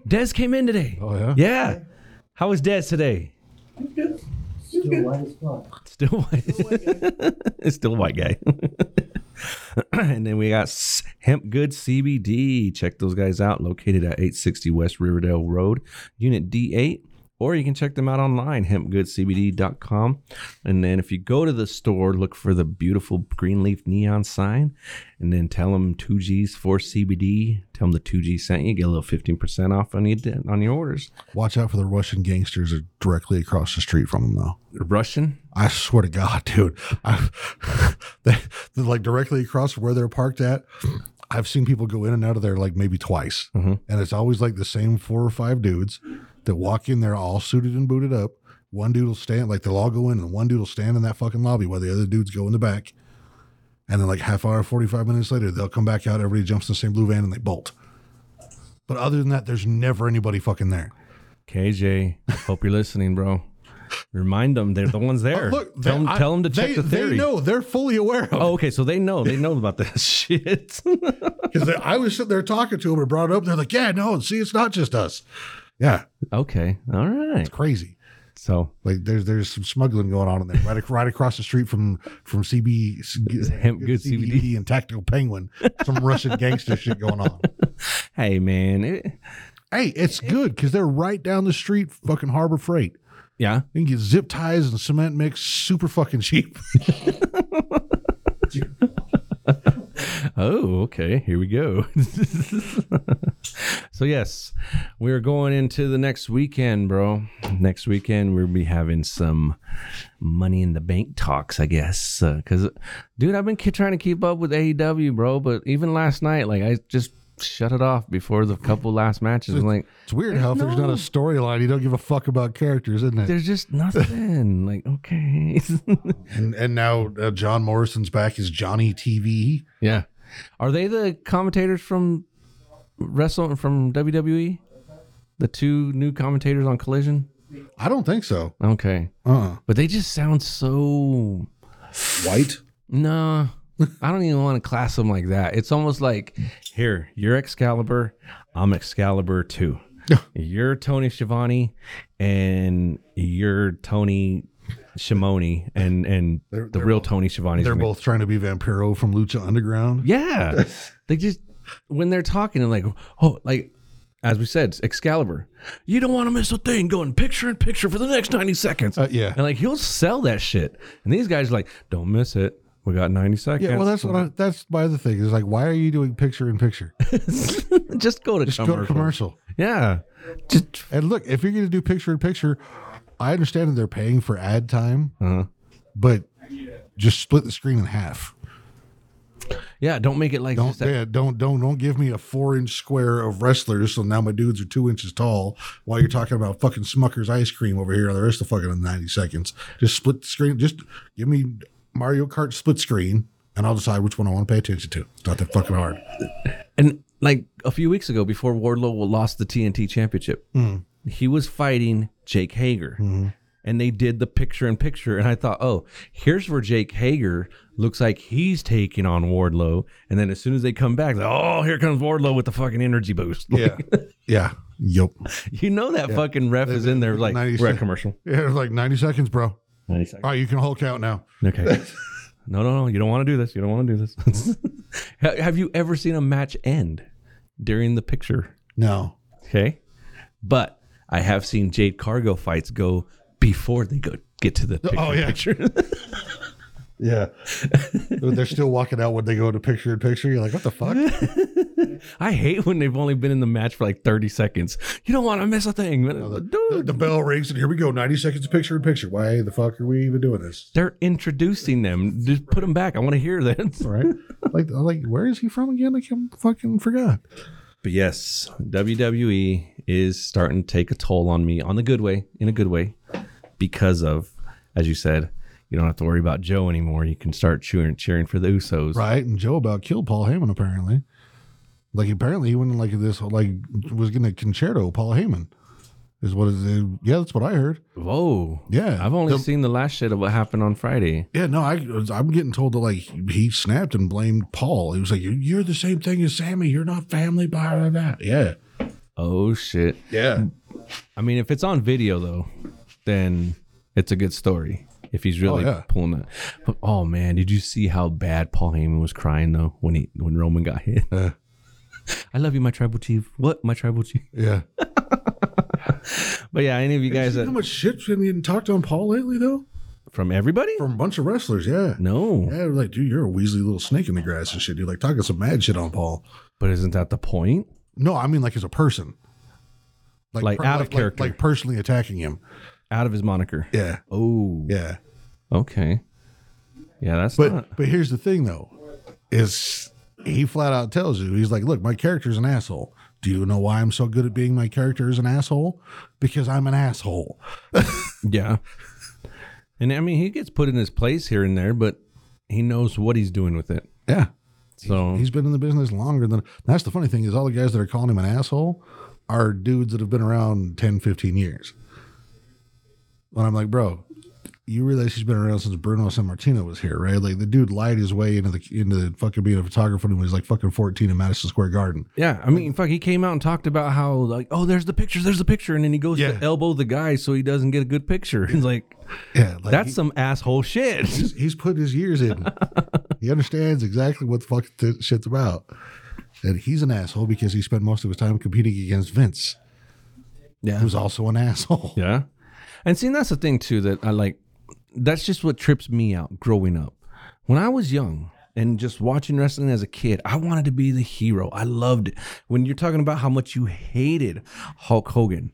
[SPEAKER 4] Des came in today.
[SPEAKER 3] oh yeah
[SPEAKER 4] Yeah. How was Des today?
[SPEAKER 5] Still white as fuck.
[SPEAKER 4] Still white. <laughs> Still white guy. <clears throat> and then we got S- Hemp Good CBD. Check those guys out. Located at 860 West Riverdale Road, Unit D8. Or you can check them out online, hempgoodcbd.com. And then if you go to the store, look for the beautiful green leaf neon sign. And then tell them 2G's for CBD. Tell them the 2G sent you. Get a little 15% off on your, on your orders.
[SPEAKER 3] watch out for the russian gangsters are directly across the street from them though
[SPEAKER 4] Russian?
[SPEAKER 3] I swear to God, <laughs> dude, I, they, they're like directly across from where they're parked at. I've seen people go in and out of there like maybe twice,
[SPEAKER 4] Mm-hmm.
[SPEAKER 3] and it's always like the same four or five dudes that walk in there all suited and booted up. One dude will stand like they'll all go in, and one dude will stand in that fucking lobby while the other dudes go in the back. And then like half hour, forty five minutes later, they'll come back out. Everybody jumps in the same blue van and they bolt. But other than that, there's never anybody fucking there.
[SPEAKER 4] KJ, hope you're listening, bro. Remind them they're the ones there.
[SPEAKER 3] Oh, Look,
[SPEAKER 4] tell, them,
[SPEAKER 3] I-
[SPEAKER 4] tell them to
[SPEAKER 3] they-
[SPEAKER 4] check the theory.
[SPEAKER 3] They know they're fully aware of
[SPEAKER 4] Oh, okay. So they know. They know about
[SPEAKER 3] <laughs>
[SPEAKER 4] this <laughs> shit.
[SPEAKER 3] Because I was sitting there talking to him and brought it up. They're like, yeah, no, see, it's not just us. Yeah,
[SPEAKER 4] okay. All right.
[SPEAKER 3] crazy.
[SPEAKER 4] So
[SPEAKER 3] Like there's there's some smuggling going on in there, right, ac- right across the street from from CB
[SPEAKER 4] Hemp Good CBD.
[SPEAKER 3] and Tactical Penguin, some Russian gangster shit going on.
[SPEAKER 4] hey, man. it-
[SPEAKER 3] Hey, it's good because they're right down the street, fucking Harbor Freight.
[SPEAKER 4] yeah.
[SPEAKER 3] You can get zip ties and cement mix, super fucking cheap.
[SPEAKER 4] Oh, okay. Here we go. <laughs> so yes, we're going into the next weekend, bro. Next weekend we'll be having some money in the bank talks, I guess. Uh, Cause, dude, I've been ke- trying to keep up with AEW, bro. But even last night, like I just shut it off before the couple last matches. I'm like,
[SPEAKER 3] It's weird how if there's not a
[SPEAKER 4] No.
[SPEAKER 3] storyline, you don't give a fuck about characters, isn't it?
[SPEAKER 4] there's just nothing. like, okay, <laughs>
[SPEAKER 3] And and now uh, John Morrison's back as Johnny TV.
[SPEAKER 4] yeah. Are they the commentators from wrestle from WWE? The two new commentators on Collision.
[SPEAKER 3] I don't think so.
[SPEAKER 4] Okay.
[SPEAKER 3] Uh-uh.
[SPEAKER 4] But they just sound so
[SPEAKER 3] White.
[SPEAKER 4] nah. I don't even want to class them like that. It's almost like here, you're Excalibur, I'm Excalibur too. you're Tony Schiavone and you're Tony Shimoni and and the real Tony Schiavone.
[SPEAKER 3] They're both trying to be Vampiro from Lucha Underground. <laughs>
[SPEAKER 4] Yeah. they just when they're talking, they're like, oh, like as we said, Excalibur. You don't want to miss a thing going picture in picture for the next 90 seconds.
[SPEAKER 3] Uh, yeah.
[SPEAKER 4] And like he'll sell that shit. And these guys are like, don't miss it. We got 90 seconds.
[SPEAKER 3] Yeah, well, that's what I, that's my other thing is like, why are you doing picture in picture?
[SPEAKER 4] just go to
[SPEAKER 3] Just
[SPEAKER 4] commercial.
[SPEAKER 3] go to commercial.
[SPEAKER 4] Yeah. Just
[SPEAKER 3] And look, if you're going to do picture in picture, I understand that they're paying for ad time, but just split the screen in half.
[SPEAKER 4] yeah, don't make it like
[SPEAKER 3] Don't
[SPEAKER 4] just that-
[SPEAKER 3] yeah, don't don't don't give me a four inch square of wrestlers. So now my dudes are two inches tall. While you're talking about fucking Smucker's ice cream over here, on the rest of fucking ninety seconds. Just split the screen. Just give me Mario Kart split screen, and I'll decide which one I want to pay attention to. It's not that fucking hard.
[SPEAKER 4] And like a few weeks ago, before Wardlow lost the TNT championship, he was fighting Jake Hager. And they did the picture in picture. And I thought, oh, here's where Jake Hager looks like he's taking on Wardlow. And then as soon as they come back, they're, oh, here comes Wardlow with the fucking energy boost. <laughs>
[SPEAKER 3] Yeah. <laughs> yeah. Yep.
[SPEAKER 4] you know that fucking ref is in there like,
[SPEAKER 3] Nice.
[SPEAKER 4] we're at commercial.
[SPEAKER 3] Yeah, it was like 90 seconds, bro.
[SPEAKER 4] 90 seconds.
[SPEAKER 3] All right, you can Hulk out now.
[SPEAKER 4] Okay. no, no, no. You don't want to do this. You don't want to do this. Ha- Have you ever seen a match end during the picture?
[SPEAKER 3] No.
[SPEAKER 4] Okay. But I have seen Jade Cargo fights go before they go get to the picture.
[SPEAKER 3] Oh, yeah.
[SPEAKER 4] picture. <laughs>
[SPEAKER 3] Yeah. <laughs> They're still walking out when they go to picture in picture. You're like, what the fuck?
[SPEAKER 4] I hate when they've only been in the match for like 30 seconds. You don't want to miss a thing.
[SPEAKER 3] The, <laughs>
[SPEAKER 4] Dude,
[SPEAKER 3] the bell rings and here we go. 90 seconds of picture in picture. Why the fuck are we even doing this?
[SPEAKER 4] they're introducing them. Just put them back. I want to hear that.
[SPEAKER 3] <laughs> All Right? like, I'm like, where is he from again? I can fucking forgot.
[SPEAKER 4] <laughs> But yes, WWE is starting to take a toll on me on the good way, in a good way, because of, as you said, you don't have to worry about Joe anymore. You can start cheering, cheering for the Usos.
[SPEAKER 3] Right. And Joe about killed Paul Heyman, apparently. Like, apparently he went in like this, like, was getting a concerto, Paul Heyman. Is what is it? Yeah, that's what I heard.
[SPEAKER 4] Whoa.
[SPEAKER 3] Yeah.
[SPEAKER 4] I've only
[SPEAKER 3] The-
[SPEAKER 4] seen the last shit of what happened on Friday.
[SPEAKER 3] Yeah, no, I, I'm getting told that like he snapped and blamed Paul. He was like, "You- "You're the same thing as Sammy. You're not family." Blah blah blah. Yeah,
[SPEAKER 4] Oh shit.
[SPEAKER 3] yeah.
[SPEAKER 4] I mean, if it's on video though, then it's a good story. If he's really
[SPEAKER 3] Oh, yeah.
[SPEAKER 4] pulling that, but oh man, did you see how bad Paul Heyman was crying though when he when Roman got hit?
[SPEAKER 3] Uh.
[SPEAKER 4] <laughs> I love you, my tribal chief. What, my tribal chief? <laughs>
[SPEAKER 3] Yeah.
[SPEAKER 4] But yeah, any of you guys
[SPEAKER 3] See how
[SPEAKER 4] that,
[SPEAKER 3] much shit's been getting talked on Paul lately, though?
[SPEAKER 4] from everybody?
[SPEAKER 3] From a bunch of wrestlers, yeah.
[SPEAKER 4] no,
[SPEAKER 3] Yeah, like, dude, you're a weaselly little snake in the grass and shit. You're like talking some mad shit on Paul.
[SPEAKER 4] but isn't that the point?
[SPEAKER 3] No, I mean like as a person.
[SPEAKER 4] Like, out of character.
[SPEAKER 3] Like, personally attacking him.
[SPEAKER 4] Out of his moniker.
[SPEAKER 3] Yeah.
[SPEAKER 4] Oh,
[SPEAKER 3] Yeah.
[SPEAKER 4] okay. Yeah, that's
[SPEAKER 3] But
[SPEAKER 4] not.
[SPEAKER 3] but here's the thing though, is he flat out tells you he's like, look, my character's an asshole. Do you know why I'm so good at being my character as an asshole? Because I'm an asshole.
[SPEAKER 4] Yeah, and I mean he gets put in his place here and there, but he knows what he's doing with it.
[SPEAKER 3] Yeah.
[SPEAKER 4] So
[SPEAKER 3] He's been in the business longer than that's the funny thing is all the guys that are calling him an asshole are dudes that have been around 10, 15 years. And I'm like, bro, you realize he's been around since Bruno San Martino was here, right? Like the dude lied his way into the into fucking being a photographer when he was like fucking 14 in Madison Square Garden.
[SPEAKER 4] yeah, I mean, fuck, he came out and talked about how like, oh, there's the picture, there's the picture, and then he goes
[SPEAKER 3] Yeah.
[SPEAKER 4] to elbow the guy so he doesn't get a good picture. <laughs> He's like,
[SPEAKER 3] Yeah, like
[SPEAKER 4] that's
[SPEAKER 3] he-
[SPEAKER 4] some asshole
[SPEAKER 3] <laughs>
[SPEAKER 4] shit.
[SPEAKER 3] he's, he's put his years <laughs> in. he understands exactly what the fuck th- shit's about. And he's an asshole because he spent most of his time competing against Vince,
[SPEAKER 4] yeah,
[SPEAKER 3] who's also an asshole. <laughs>
[SPEAKER 4] Yeah. And see, that's the thing too that I like. That's just what trips me out growing up. When I was young and just watching wrestling as a kid, I wanted to be the hero. I loved it. When you're talking about how much you hated Hulk Hogan,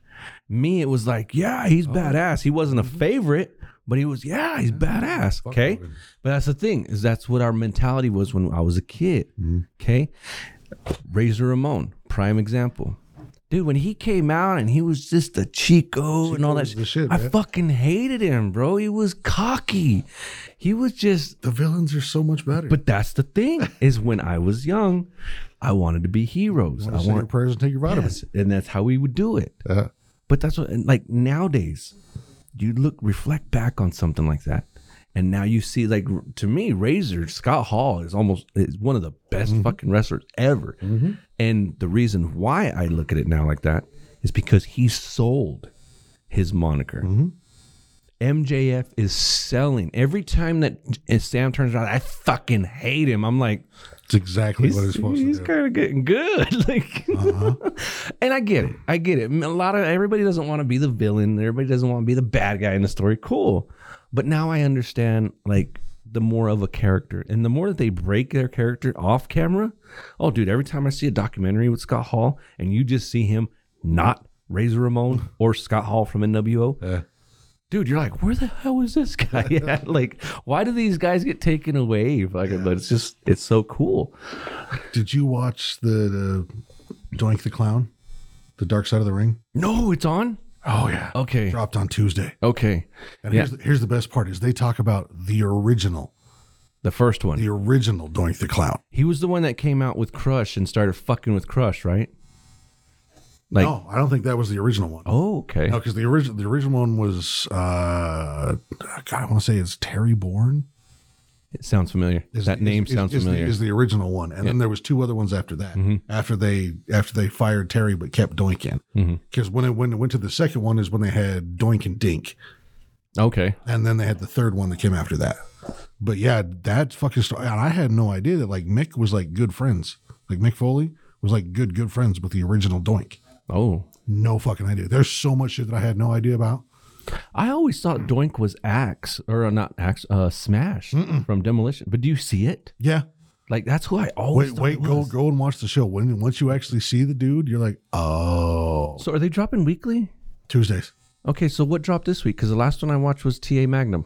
[SPEAKER 4] me, it was like, yeah,
[SPEAKER 3] Oh.
[SPEAKER 4] he's badass. He wasn't a
[SPEAKER 3] Mm-hmm.
[SPEAKER 4] favorite, but he was, yeah, he's badass. Okay. But that's the thing is that's what our mentality was when I was a kid.
[SPEAKER 3] Mm-hmm.
[SPEAKER 4] Okay. Razor Ramon, prime example. Dude, when he came out and he was just a Chico, and all that
[SPEAKER 3] was the shit,
[SPEAKER 4] I
[SPEAKER 3] man.
[SPEAKER 4] fucking hated him, bro. He was cocky. He was just
[SPEAKER 3] The villains are so much better.
[SPEAKER 4] but that's the thing is when I was young, I wanted to be heroes. I
[SPEAKER 3] I say your
[SPEAKER 4] want
[SPEAKER 3] prayers and take your vitamins.
[SPEAKER 4] yes, and that's how we would do it.
[SPEAKER 3] Uh,
[SPEAKER 4] But that's what and like nowadays, you look reflect back on something like that, and now you see like to me, Razor Scott Hall is almost is one of the best fucking wrestlers ever, and the reason why I look at it now like that is because he sold his moniker. MJF is selling every time that and Sam turns around. I fucking hate him. I'm like,
[SPEAKER 3] it's exactly what it's supposed to do. Uh-huh.
[SPEAKER 4] kind of getting good, <laughs> like, and I get it. I get it. A lot of everybody doesn't want to be the villain. Everybody doesn't want to be the bad guy in the story. Cool, but now I understand like the more of a character, and the more that they break their character off camera. Oh, dude! Every time I see a documentary with Scott Hall, and you just see him not
[SPEAKER 3] <laughs>
[SPEAKER 4] Razor Ramon or Scott Hall from NWO. Dude, you're like, where the hell is this guy at? <laughs> like, why do these guys get taken away? Fucking, but it's just, it's so cool.
[SPEAKER 3] Did you watch the, the Doink the Clown? The Dark Side of the Ring?
[SPEAKER 4] No, it's on.
[SPEAKER 3] Oh, yeah.
[SPEAKER 4] Okay.
[SPEAKER 3] Dropped on Tuesday.
[SPEAKER 4] Okay.
[SPEAKER 3] And
[SPEAKER 4] Yeah.
[SPEAKER 3] here's, the, here's the best part is they talk about the original,
[SPEAKER 4] The first one.
[SPEAKER 3] the original Doink the Clown.
[SPEAKER 4] He was the one that came out with Crush and started fucking with Crush, right? Like-
[SPEAKER 3] no, I don't think that was the original one.
[SPEAKER 4] Oh, okay.
[SPEAKER 3] No, because the original the original one was uh, God, I want to say it's Terry Bourne.
[SPEAKER 4] It sounds familiar.
[SPEAKER 3] Is,
[SPEAKER 4] that name
[SPEAKER 3] is-
[SPEAKER 4] sounds
[SPEAKER 3] is,
[SPEAKER 4] familiar. Mm-hmm.
[SPEAKER 3] Is the, is the original one, and then there was two other ones after that. After they after they fired Terry,
[SPEAKER 4] Mm-hmm.
[SPEAKER 3] but kept Doink in. Because when it when it went to the second one is when they had Doink and Dink.
[SPEAKER 4] Okay.
[SPEAKER 3] and then they had the third one that came after that. But yeah, that fucking story. And I had no idea that like Mick was like good friends. Like Mick Foley was like good good friends with the original Doink.
[SPEAKER 4] Oh.
[SPEAKER 3] No fucking idea. There's so much shit that I had no idea about.
[SPEAKER 4] I always thought Doink was Axe or not Axe, uh, Smash from Demolition. But do you see it?
[SPEAKER 3] Yeah.
[SPEAKER 4] Like that's who I always
[SPEAKER 3] Wait,
[SPEAKER 4] thought
[SPEAKER 3] wait,
[SPEAKER 4] it
[SPEAKER 3] go
[SPEAKER 4] was.
[SPEAKER 3] go and watch the show. When once you actually see the dude, you're like, oh,
[SPEAKER 4] So are they dropping weekly?
[SPEAKER 3] Tuesdays.
[SPEAKER 4] Okay, so what dropped this week? Because the last one I watched was TA Magnum.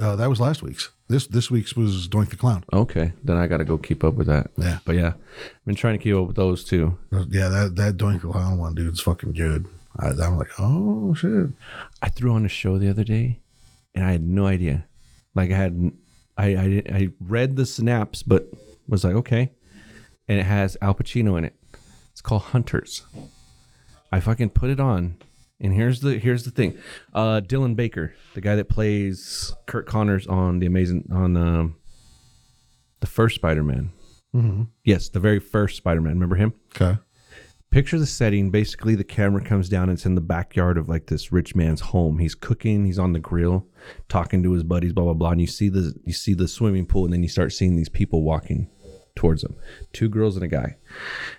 [SPEAKER 3] Uh, that was last week's. This this week's was Doink the Clown.
[SPEAKER 4] Okay, then I got to go keep up with that.
[SPEAKER 3] Yeah.
[SPEAKER 4] but yeah, I've been trying to keep up with those too.
[SPEAKER 3] Uh, Yeah, that that Doink the Clown one, dude's fucking good. I, I'm like, oh shit.
[SPEAKER 4] I threw on a show the other day, and I had no idea. Like I had, I I, didn't- I read the synapse, but was like, okay, and it has Al Pacino in it. It's called Hunters. I fucking put it on, and here's the here's the thing. Uh, Dylan Baker, the guy that plays Kurt Connors on the Amazing on um, the first Spider Man. Yes, the very first Spider Man. Remember him?
[SPEAKER 3] Okay.
[SPEAKER 4] picture the setting basically the camera comes down it's in the backyard of like this rich man's home he's cooking he's on the grill talking to his buddies blah blah blah and you see the you see the swimming pool and then you start seeing these people walking towards him two girls and a guy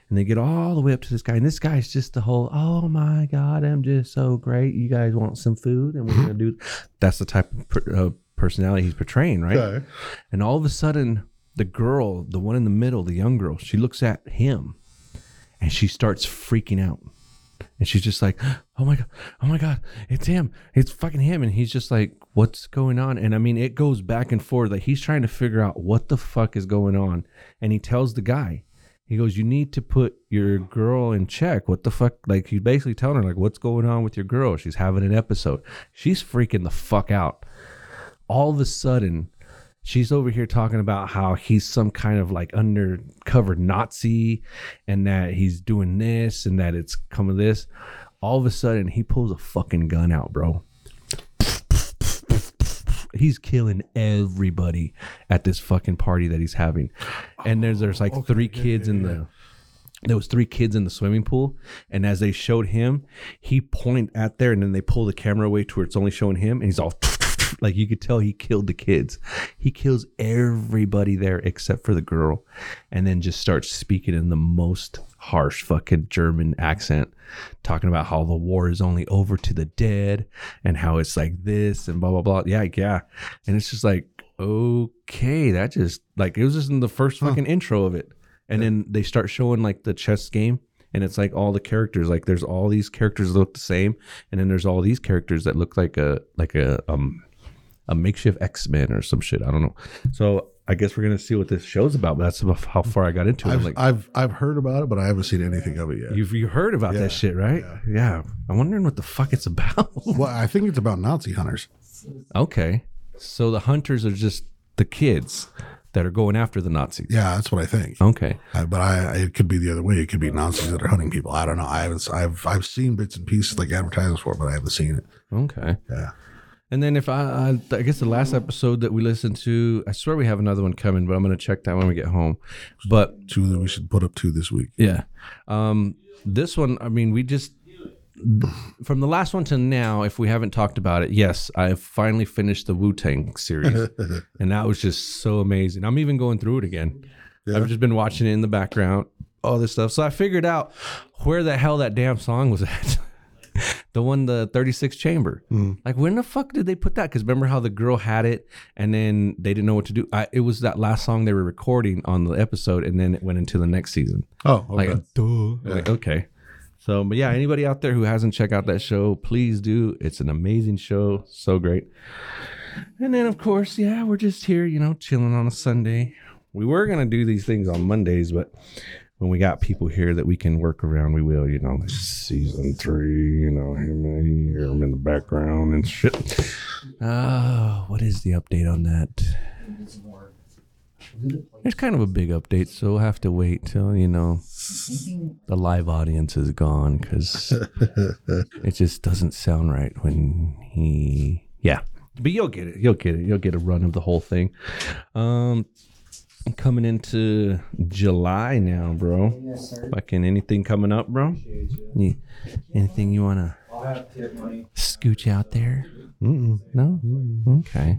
[SPEAKER 4] and they get all the way up to this guy and this guy's just the whole oh my god i'm just so great you guys want some food and we're gonna do that's the type of per, uh, personality he's portraying right
[SPEAKER 3] Okay.
[SPEAKER 4] and all of a sudden, the girl, the one in the middle, the young girl, she looks at him and she starts freaking out. And she's just like, oh my God, oh my God, it's him. It's fucking him. And he's just like, what's going on? And I mean, it goes back and forth. Like he's trying to figure out what the fuck is going on. And he tells the guy, he goes, you need to put your girl in check. What the fuck? Like he's basically telling her, like, what's going on with your girl? She's having an episode. She's freaking the fuck out. All of a sudden, she's over here talking about how he's some kind of like undercover Nazi and that he's doing this and that it's coming this. All of a sudden, he pulls a fucking gun out, bro. He's killing everybody at this fucking party that he's having. And there's there's like three kids in the there was three kids in the swimming pool and as they showed him he pointed at there and then they pull the camera away to where it's only showing him and he's all <laughs> like you could tell he killed the kids he kills everybody there except for the girl and then just starts speaking in the most harsh fucking german accent talking about how the war is only over to the dead and how it's like this and blah blah blah yeah yeah and it's just like okay that just like it was just in the first fucking intro of it and then they start showing like the chess game and it's like all the characters like there's all these characters that look the same and then there's all these characters that look like a like a um a makeshift x-men or some shit i don't know so i guess we're gonna see what this show's about but that's about how far i got into it I'm
[SPEAKER 3] I've,
[SPEAKER 4] like
[SPEAKER 3] I've I've heard about it, but I haven't seen anything of it yet.
[SPEAKER 4] you've you heard about
[SPEAKER 3] Yeah,
[SPEAKER 4] that shit right yeah. i'm wondering what the fuck it's about <laughs>
[SPEAKER 3] Well, I think it's about Nazi hunters.
[SPEAKER 4] okay so the hunters are just the kids that are going after the nazis
[SPEAKER 3] Yeah, that's what I think.
[SPEAKER 4] okay
[SPEAKER 3] I, but I, it could be the other way. It could be Nazis that are hunting people. I don't know. I haven't. I've I've seen bits and pieces like advertisements for, it, but I haven't seen it.
[SPEAKER 4] okay
[SPEAKER 3] Yeah.
[SPEAKER 4] And then if I, I, I guess the last episode that we listened to, I swear we have another one coming, but I'm gonna check that when we get home. But
[SPEAKER 3] Two that we should put up two this week.
[SPEAKER 4] yeah, um, this one, I mean, we just from the last one to now, if we haven't talked about it, yes, I have finally finished the Wu Tang series, and that was just so amazing. I'm even going through it again. I've just been watching it in the background, all this stuff. So I figured out where the hell that damn song was at. <laughs> the one, the 36 chamber. Like, when the fuck did they put that? Because remember how the girl had it and then they didn't know what to do? I, it was that last song they were recording on the episode, and then it went into the next season.
[SPEAKER 3] Oh, okay.
[SPEAKER 4] Like, duh. Like, okay. So, but yeah, anybody out there who hasn't checked out that show, please do. It's an amazing show. So great. And then, of course, yeah, we're just here, you know, chilling on a Sunday. We were going to do these things on Mondays, but when we got people here that we can work around, we will, you know, like season three, you know, him and he, hear him in the background and shit. Uh, what is the update on that? There's kind of a big update, so we'll have to wait till, you know, the live audience is gone because it just doesn't sound right when he yeah but you'll get it you'll get it you'll get a run of the whole thing um coming into july now bro
[SPEAKER 5] Yes, sir.
[SPEAKER 4] fucking anything coming up bro Yeah. anything you want to
[SPEAKER 6] I'll have tip money.
[SPEAKER 4] Scooch out there?
[SPEAKER 3] Mm-mm.
[SPEAKER 4] No. Okay.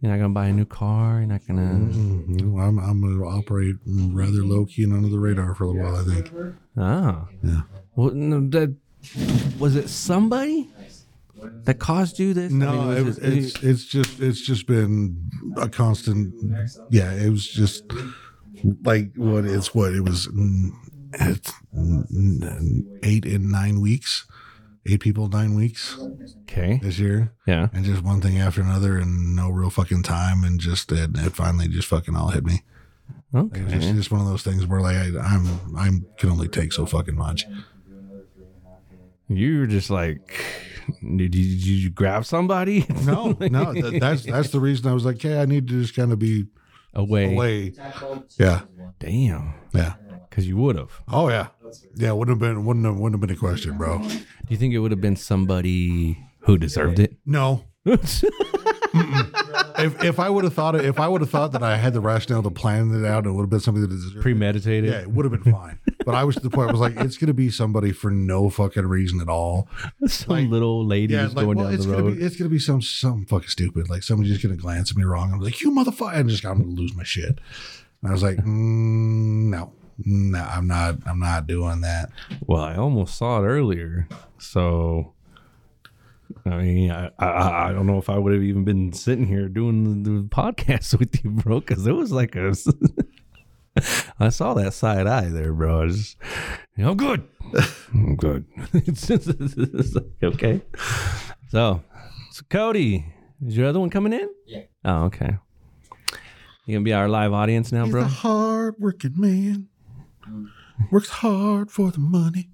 [SPEAKER 4] You're not gonna buy a new car. You're not gonna.
[SPEAKER 3] Mm, I'm, I'm going to operate rather low key and under the radar for a little while, I think.
[SPEAKER 4] Ah.
[SPEAKER 3] Yeah.
[SPEAKER 4] Well, no, that was it. Somebody that caused you this? I
[SPEAKER 3] No,
[SPEAKER 4] mean, was
[SPEAKER 3] it was,
[SPEAKER 4] it-
[SPEAKER 3] it's it's just it's just been a constant. Yeah, it was just like what it's what it was. mm, It's mm, eight in nine weeks, eight people in nine weeks
[SPEAKER 4] okay.
[SPEAKER 3] this year,
[SPEAKER 4] Yeah.
[SPEAKER 3] and just one thing after another, and no real fucking time, and just it, it finally just fucking all hit me.
[SPEAKER 4] Okay.
[SPEAKER 3] It was just, just one of those things where like I, I'm I'm can only take so fucking much.
[SPEAKER 4] You were just like, did you, did you grab somebody? <laughs>
[SPEAKER 3] No, no, th- that's that's the reason I was like, hey, I need to just kind of be
[SPEAKER 4] Away.
[SPEAKER 3] away. Yeah,
[SPEAKER 4] Damn.
[SPEAKER 3] yeah.
[SPEAKER 4] Because you would have.
[SPEAKER 3] Oh yeah, yeah. Wouldn't have been wouldn't have wouldn't have been a question, bro.
[SPEAKER 4] Do you think it would have been somebody who deserved it? <laughs>
[SPEAKER 3] No, if if I would have thought it, if I would have thought that I had the rationale to plan it out, it would have been something that deserved.
[SPEAKER 4] Premeditated.
[SPEAKER 3] yeah, it would have been fine. But I was to the point. I was like, it's gonna be somebody for no fucking reason at all.
[SPEAKER 4] Some little lady
[SPEAKER 3] Yeah,
[SPEAKER 4] was
[SPEAKER 3] like
[SPEAKER 4] going
[SPEAKER 3] well,
[SPEAKER 4] down
[SPEAKER 3] it's
[SPEAKER 4] the
[SPEAKER 3] gonna
[SPEAKER 4] road.
[SPEAKER 3] be it's gonna be some some fucking stupid. Like somebody's just gonna glance at me wrong. I'm like, you motherfucker! I'm just I'm gonna lose my shit. And I was like, mm, no, Mm, no, I'm not. I'm not doing that.
[SPEAKER 4] well, I almost saw it earlier. So, I mean, I, I, I don't know if I would have even been sitting here doing the, the podcast <laughs> with you, bro, because it was like a. s- <laughs> I saw that side eye there, bro. I just, you know, I'm good. I'm good. <laughs> It's just- it's just like, okay. So, so, Cody, is your other one coming in?
[SPEAKER 5] Yeah.
[SPEAKER 4] Oh, okay. You gonna be our live audience now,
[SPEAKER 3] He's
[SPEAKER 4] bro?
[SPEAKER 3] a hard working man. Works hard for the money.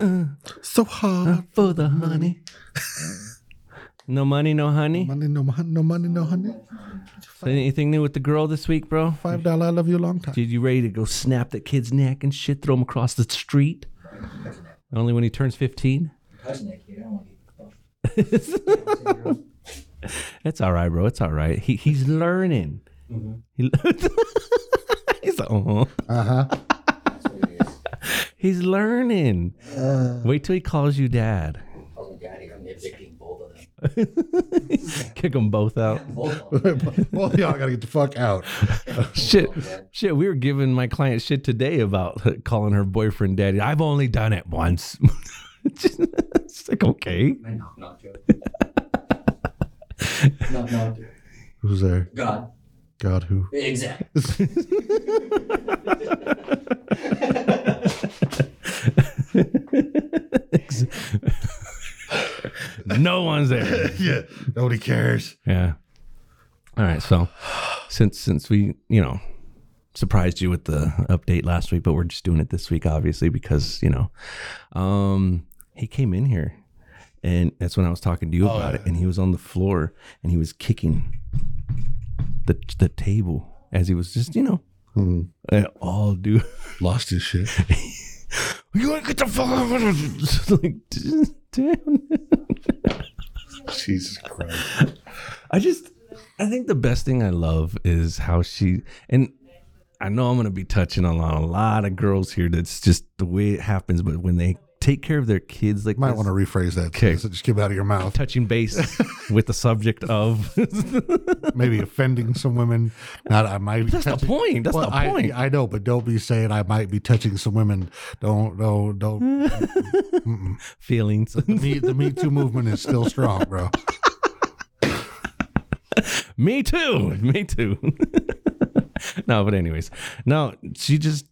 [SPEAKER 4] Uh.
[SPEAKER 3] so hard.
[SPEAKER 4] <laughs> for the honey. no money, no honey.
[SPEAKER 3] Money, no money, no money, no honey.
[SPEAKER 4] Anything new with the girl this week, bro?
[SPEAKER 3] Five dollar, I love you a long time.
[SPEAKER 4] Dude, you ready to go snap that kid's neck and shit, throw him across the street? Only when he turns 15? <laughs>
[SPEAKER 5] Cousin that kid, I don't want to
[SPEAKER 4] It's all right, bro. It's all right. He, he's learning. He, <laughs> he's like, uh-huh.
[SPEAKER 5] get fucked.
[SPEAKER 4] He's learning. Wait till he calls you dad.
[SPEAKER 5] Oh god, I'm evicting both of them.
[SPEAKER 4] <laughs> Kick them both out.
[SPEAKER 5] Both of them.
[SPEAKER 3] <laughs> well, y'all gotta get the fuck out.
[SPEAKER 4] shit, shit. We were giving my client shit today about <laughs> calling her boyfriend daddy. I've only done it once. <laughs> it's like okay,
[SPEAKER 5] No, not true.
[SPEAKER 6] <laughs>
[SPEAKER 5] No, no,
[SPEAKER 3] Who's there?
[SPEAKER 5] God.
[SPEAKER 3] God, who?
[SPEAKER 5] Exactly.
[SPEAKER 4] no one's there.
[SPEAKER 3] <laughs> yeah, nobody cares.
[SPEAKER 4] Yeah. All right. So since since we you know surprised you with the update last week, but we're just doing it this week, obviously, because you know, um, he came in here, and that's when I was talking to you
[SPEAKER 3] Oh,
[SPEAKER 4] about it, and he was on the floor and he was kicking the the table as he was just you know. And all <laughs> dude,
[SPEAKER 3] Lost his shit.
[SPEAKER 4] <laughs> you want to get the fuck out of here?" <laughs> like, "D- damn.
[SPEAKER 3] Jesus Christ.
[SPEAKER 4] I just I think the best thing I love is how she and I know I'm gonna be touching on a lot of girls here. That's just the way it happens. But when they take care of their kids, like
[SPEAKER 3] Might
[SPEAKER 4] this,
[SPEAKER 3] want to rephrase that.
[SPEAKER 4] Okay.
[SPEAKER 3] So just keep it out of your
[SPEAKER 4] <laughs>
[SPEAKER 3] mouth. <laughs>
[SPEAKER 4] touching base with the subject of <laughs> that's
[SPEAKER 3] Maybe offending some women. Not I might. That's
[SPEAKER 4] the point. That's
[SPEAKER 3] Well,
[SPEAKER 4] the
[SPEAKER 3] I,
[SPEAKER 4] point.
[SPEAKER 3] I know, but don't be saying I might be touching some women. Don't, don't, don't.
[SPEAKER 4] <laughs> Feelings.
[SPEAKER 3] me, the Me Too movement is still strong, bro.
[SPEAKER 4] Me too. Me too. <laughs> no, but anyways, no, she just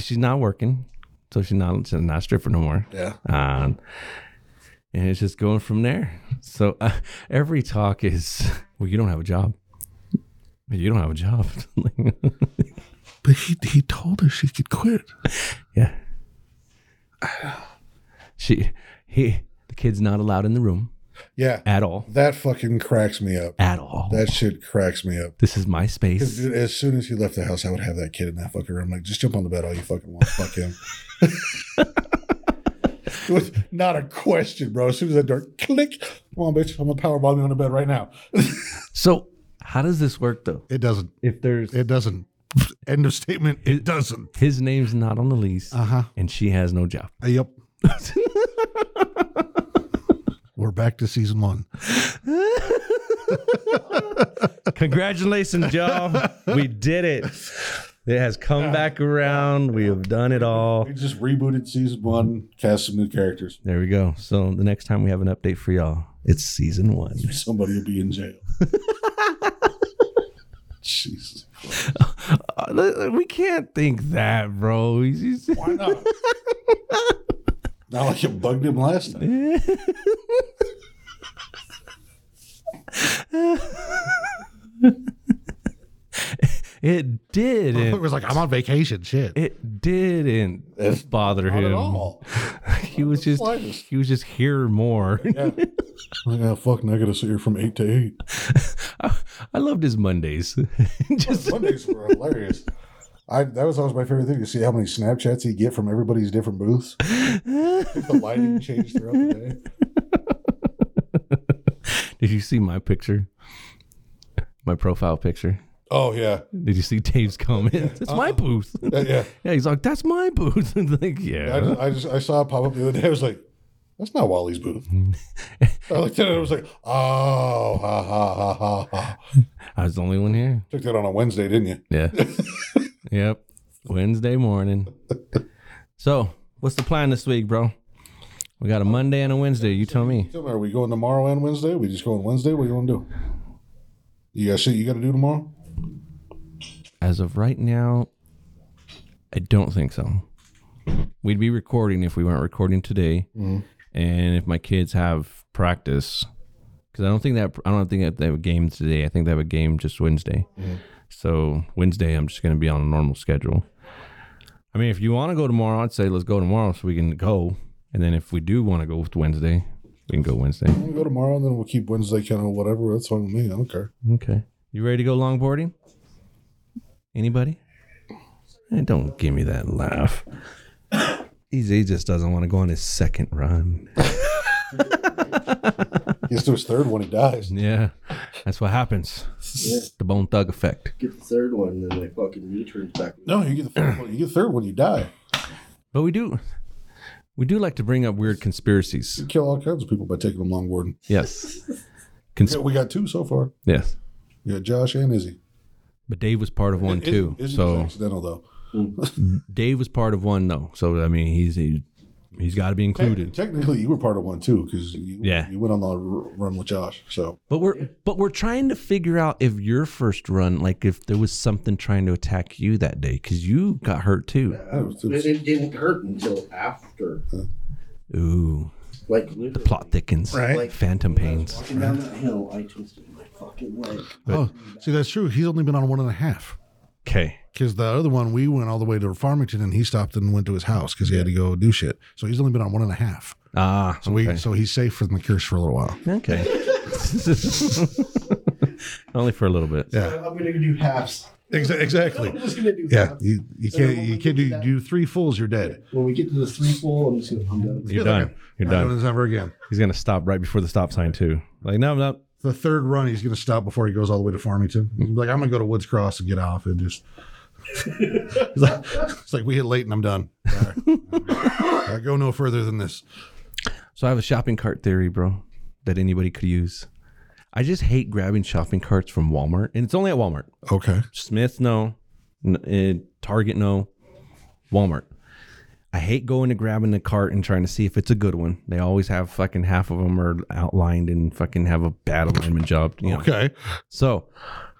[SPEAKER 4] she's not working, so she's not she's not a stripper no more.
[SPEAKER 3] Yeah.
[SPEAKER 4] Um, and it's just going from there. So uh, every talk is, well, you don't have a job. You don't have a job. <laughs> Like,
[SPEAKER 3] But he, he told her she could quit.
[SPEAKER 4] yeah. She, he, the kid's not allowed in the room
[SPEAKER 3] Yeah.
[SPEAKER 4] at all.
[SPEAKER 3] That fucking cracks me up.
[SPEAKER 4] At all.
[SPEAKER 3] That shit cracks me up.
[SPEAKER 4] this is my
[SPEAKER 3] 'Cause,
[SPEAKER 4] space.
[SPEAKER 3] dude, As soon as he left the house, I would have that kid in that fucking room. Like, just jump on the bed all you fucking want. Fuck him. <laughs> It was not a question, bro. As soon as that door click, come on, bitch. I'm gonna powerbomb you on the bed right now. <laughs>
[SPEAKER 4] So, how does this work though?
[SPEAKER 3] It doesn't.
[SPEAKER 4] If there's
[SPEAKER 3] It doesn't. End of statement. It doesn't.
[SPEAKER 4] his Uh-huh. name's not on the lease
[SPEAKER 3] Uh huh.
[SPEAKER 4] and she has no job.
[SPEAKER 3] Yep. <laughs> We're back to season one.
[SPEAKER 4] Congratulations, y'all. we did it. It has come back around. We have done it all.
[SPEAKER 3] just rebooted season one, cast some new characters.
[SPEAKER 4] There we go. So the next time we have an update for y'all, it's season one.
[SPEAKER 3] Somebody will be in <laughs> jail. Jesus.
[SPEAKER 4] Uh, we can't think that, bro. He's- he's-
[SPEAKER 3] Why not? not like you bugged him last time.
[SPEAKER 4] It
[SPEAKER 3] It
[SPEAKER 4] <laughs> didn't.
[SPEAKER 3] was like, I'm on vacation. Shit.
[SPEAKER 4] It didn't bother
[SPEAKER 3] Not
[SPEAKER 4] him.
[SPEAKER 3] at all.
[SPEAKER 4] He was just
[SPEAKER 3] slightest.
[SPEAKER 4] he was just here more. <laughs>
[SPEAKER 3] Like, ah, fuck, now I got to sit here from 8 to 8.
[SPEAKER 4] I, I loved his Mondays. <laughs> just
[SPEAKER 3] Mondays were hilarious. I, that was always my favorite thing to see how many Snapchats he get from everybody's different booths. the lighting changed throughout the day.
[SPEAKER 4] did you see my picture? My profile picture.
[SPEAKER 3] Oh yeah,
[SPEAKER 4] Did you see Dave's comment? That's my booth.
[SPEAKER 3] Uh, yeah.
[SPEAKER 4] Yeah, he's like, that's my booth. <laughs> And like,
[SPEAKER 3] I
[SPEAKER 4] yeah.
[SPEAKER 3] just, I just I saw it pop up the other day. I was like, that's not Wally's <laughs> booth. I looked at it. I was like, oh, ha ha ha ha. ha.
[SPEAKER 4] I was the only one here.
[SPEAKER 3] Took that on a Wednesday, didn't you?
[SPEAKER 4] Yeah. yep. Wednesday morning. So, what's the plan this week, bro? We got a Monday and a Wednesday. You tell me.
[SPEAKER 3] Tell me, are we going tomorrow and Wednesday? we just going Wednesday? What are you going to do? You got shit you got to do tomorrow?
[SPEAKER 4] As of right now, I don't think so. We'd be recording if we weren't recording today, and if my kids have practice, because I don't think that I don't think that they have a game today. I think they have a game just Wednesday. So Wednesday, I'm just going to be on a normal schedule. I mean, if you want to go tomorrow, I'd say let's go tomorrow so we can go. And then if we do want to go with Wednesday, we can go Wednesday.
[SPEAKER 3] We'll go tomorrow and then we'll keep Wednesday kind of whatever. That's fine with me. I don't care.
[SPEAKER 4] Okay. You ready to go longboarding? Anybody? Eh, don't give me that laugh. He's, he just doesn't want to go on his second run.
[SPEAKER 3] Gets to his third one, he dies.
[SPEAKER 4] Yeah, that's what happens. The bone thug effect.
[SPEAKER 7] Get the third one, then they fucking U turns back.
[SPEAKER 3] No, you get the third one. You get the third one, you die.
[SPEAKER 4] But we do, we do like to bring up weird conspiracies.
[SPEAKER 3] Kill all kinds of people by taking them longboarding.
[SPEAKER 4] Yes,
[SPEAKER 3] Yeah,
[SPEAKER 4] Cons-
[SPEAKER 3] we got two so far.
[SPEAKER 4] yes.
[SPEAKER 3] We got Josh and Izzy.
[SPEAKER 4] But Dave was part of one
[SPEAKER 3] Izzy-
[SPEAKER 4] too.
[SPEAKER 3] Izzy was
[SPEAKER 4] So
[SPEAKER 3] accidental though.
[SPEAKER 4] Dave was part of one though. So I mean, he's he, he's got to be included.
[SPEAKER 3] Technically, you were part of one too because you,
[SPEAKER 4] Yeah.
[SPEAKER 3] you went on the r- run with Josh. So
[SPEAKER 4] But we're but we're trying to figure out if your first run, like if there was something trying to attack you that day, because you got hurt too.
[SPEAKER 3] that was-
[SPEAKER 7] It, it didn't hurt until after.
[SPEAKER 4] Ooh,
[SPEAKER 7] Like literally. The
[SPEAKER 4] plot thickens.
[SPEAKER 3] Right.
[SPEAKER 4] Like phantom pains.
[SPEAKER 7] Walking down that hill, Oh, I twisted my <laughs> fucking leg.
[SPEAKER 3] oh, see, that's true. He's only been on one and a half
[SPEAKER 4] Okay.
[SPEAKER 3] because the other one we went all the way to Farmington and he stopped and went to his house because he had to go do shit. So he's only been on one and a half.
[SPEAKER 4] Ah.
[SPEAKER 3] So we so he's safe from the curse for a little while.
[SPEAKER 4] Okay.
[SPEAKER 7] <laughs>
[SPEAKER 4] Only for a little bit.
[SPEAKER 7] I'm gonna do halves.
[SPEAKER 3] Exa- exactly.
[SPEAKER 7] I'm just gonna do
[SPEAKER 3] Yeah,
[SPEAKER 7] halves.
[SPEAKER 3] you, you
[SPEAKER 7] So
[SPEAKER 3] can't
[SPEAKER 7] when
[SPEAKER 3] you
[SPEAKER 7] we
[SPEAKER 3] can't
[SPEAKER 7] get to
[SPEAKER 3] do,
[SPEAKER 7] that-
[SPEAKER 3] do three fools. You're dead.
[SPEAKER 7] When we get to the three full, I'm just gonna I'm done.
[SPEAKER 4] You're done. You're
[SPEAKER 3] Not doing
[SPEAKER 4] done.
[SPEAKER 3] this ever again.
[SPEAKER 4] He's gonna stop right before the stop sign too. Like no, no.
[SPEAKER 3] The third run, he's going to stop before he goes all the way to Farmington. He'll be like I'm going to go to Woods Cross and get off
[SPEAKER 7] <laughs>
[SPEAKER 3] and just. it's, like, it's like we hit late and I'm done. All <laughs> right. I go no further than this.
[SPEAKER 4] So I have a shopping cart theory, bro, that anybody could use. I just hate grabbing shopping carts from Walmart, and it's only at Walmart.
[SPEAKER 3] Okay.
[SPEAKER 4] Smith, no. N- uh, Target, no. Walmart. I hate going to grabbing the cart and trying to see if it's a good one. They always have fucking half of them are outlined and fucking have a bad alignment job. You know.
[SPEAKER 3] Okay.
[SPEAKER 4] So,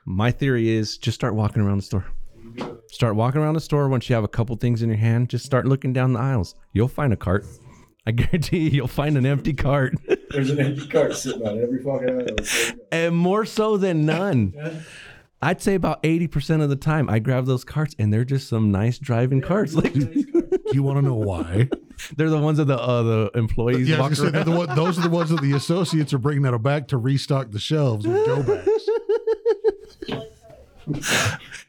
[SPEAKER 4] my theory is just start walking around the store. Start walking around the store once you have a couple things in your hand. Just start looking down the aisles. You'll find a cart. I guarantee you, you'll find an empty cart,
[SPEAKER 7] <laughs> There's an empty cart sitting on every fucking aisle.
[SPEAKER 4] and more
[SPEAKER 3] <laughs>
[SPEAKER 4] so than none. I'd say about eighty percent of the time, I grab those carts, and they're just some nice driving carts. Like
[SPEAKER 3] Do you want to know why?
[SPEAKER 4] <laughs> They're the ones that the uh, the employees
[SPEAKER 3] <laughs> yeah, I
[SPEAKER 4] walk
[SPEAKER 3] was gonna say, they're the
[SPEAKER 4] around.
[SPEAKER 3] one, those are the ones that the associates are bringing out of back to restock the shelves with go <laughs> bags.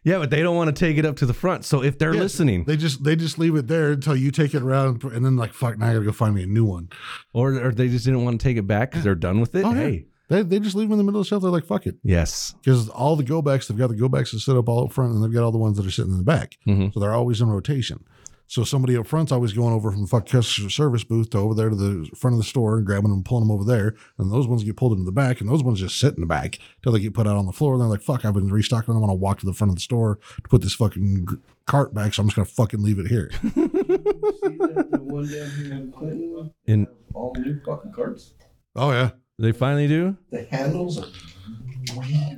[SPEAKER 4] yeah, but they don't want to take it up to the front. So if they're
[SPEAKER 3] Yeah,
[SPEAKER 4] listening,
[SPEAKER 3] They just they just leave it there until you take it around and then like fuck now I gotta go find me a new one.
[SPEAKER 4] or or they just didn't want to take it back because they're done with it.
[SPEAKER 3] Oh, yeah.
[SPEAKER 4] hey,
[SPEAKER 3] They, they just leave them in the middle of the shelf. They're like fuck it
[SPEAKER 4] yes,
[SPEAKER 3] because all the Mm-hmm. go backs they've got the go backs that sit up all up front and they've got all the ones that are sitting in the back. So they're always in rotation. So somebody up front's always going over from the fuck customer service booth to over there to the front of the store and grabbing them and pulling them over there. And those ones get pulled into the back, and those ones just sit in the back till they get put out on the floor. And they're like, "Fuck, I've been restocking. I want to walk to the front of the store to put this fucking g- cart back, so I'm just gonna fucking leave it here."
[SPEAKER 7] See that the one down here in Clinton?
[SPEAKER 4] And
[SPEAKER 7] All new fucking carts.
[SPEAKER 3] <laughs> oh yeah,
[SPEAKER 4] they finally do.
[SPEAKER 7] The handles are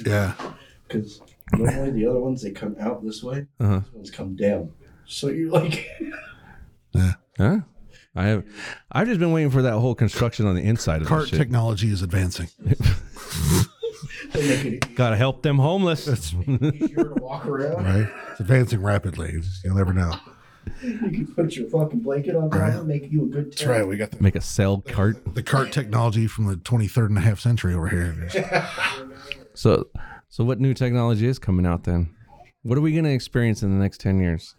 [SPEAKER 3] yeah.
[SPEAKER 7] because normally the other ones they come out this way.
[SPEAKER 4] Uh-huh.
[SPEAKER 7] These ones come down. So you're like,
[SPEAKER 4] Huh? I have. I've just been waiting for that whole construction on the inside of
[SPEAKER 3] Cart
[SPEAKER 4] this shit.
[SPEAKER 3] technology is advancing.
[SPEAKER 7] they make it
[SPEAKER 4] Gotta help them homeless.
[SPEAKER 3] <laughs> That's
[SPEAKER 7] easier to walk around.
[SPEAKER 3] right. It's advancing rapidly. It's- You'll never know.
[SPEAKER 7] You can put your fucking blanket on top and make you a good
[SPEAKER 3] That's
[SPEAKER 7] tent.
[SPEAKER 3] right. We got the,
[SPEAKER 4] Make a cell cart.
[SPEAKER 3] the cart technology from the 23rd and a half century over here.
[SPEAKER 4] So, so what new technology is coming out then? What are we gonna experience in the next ten years?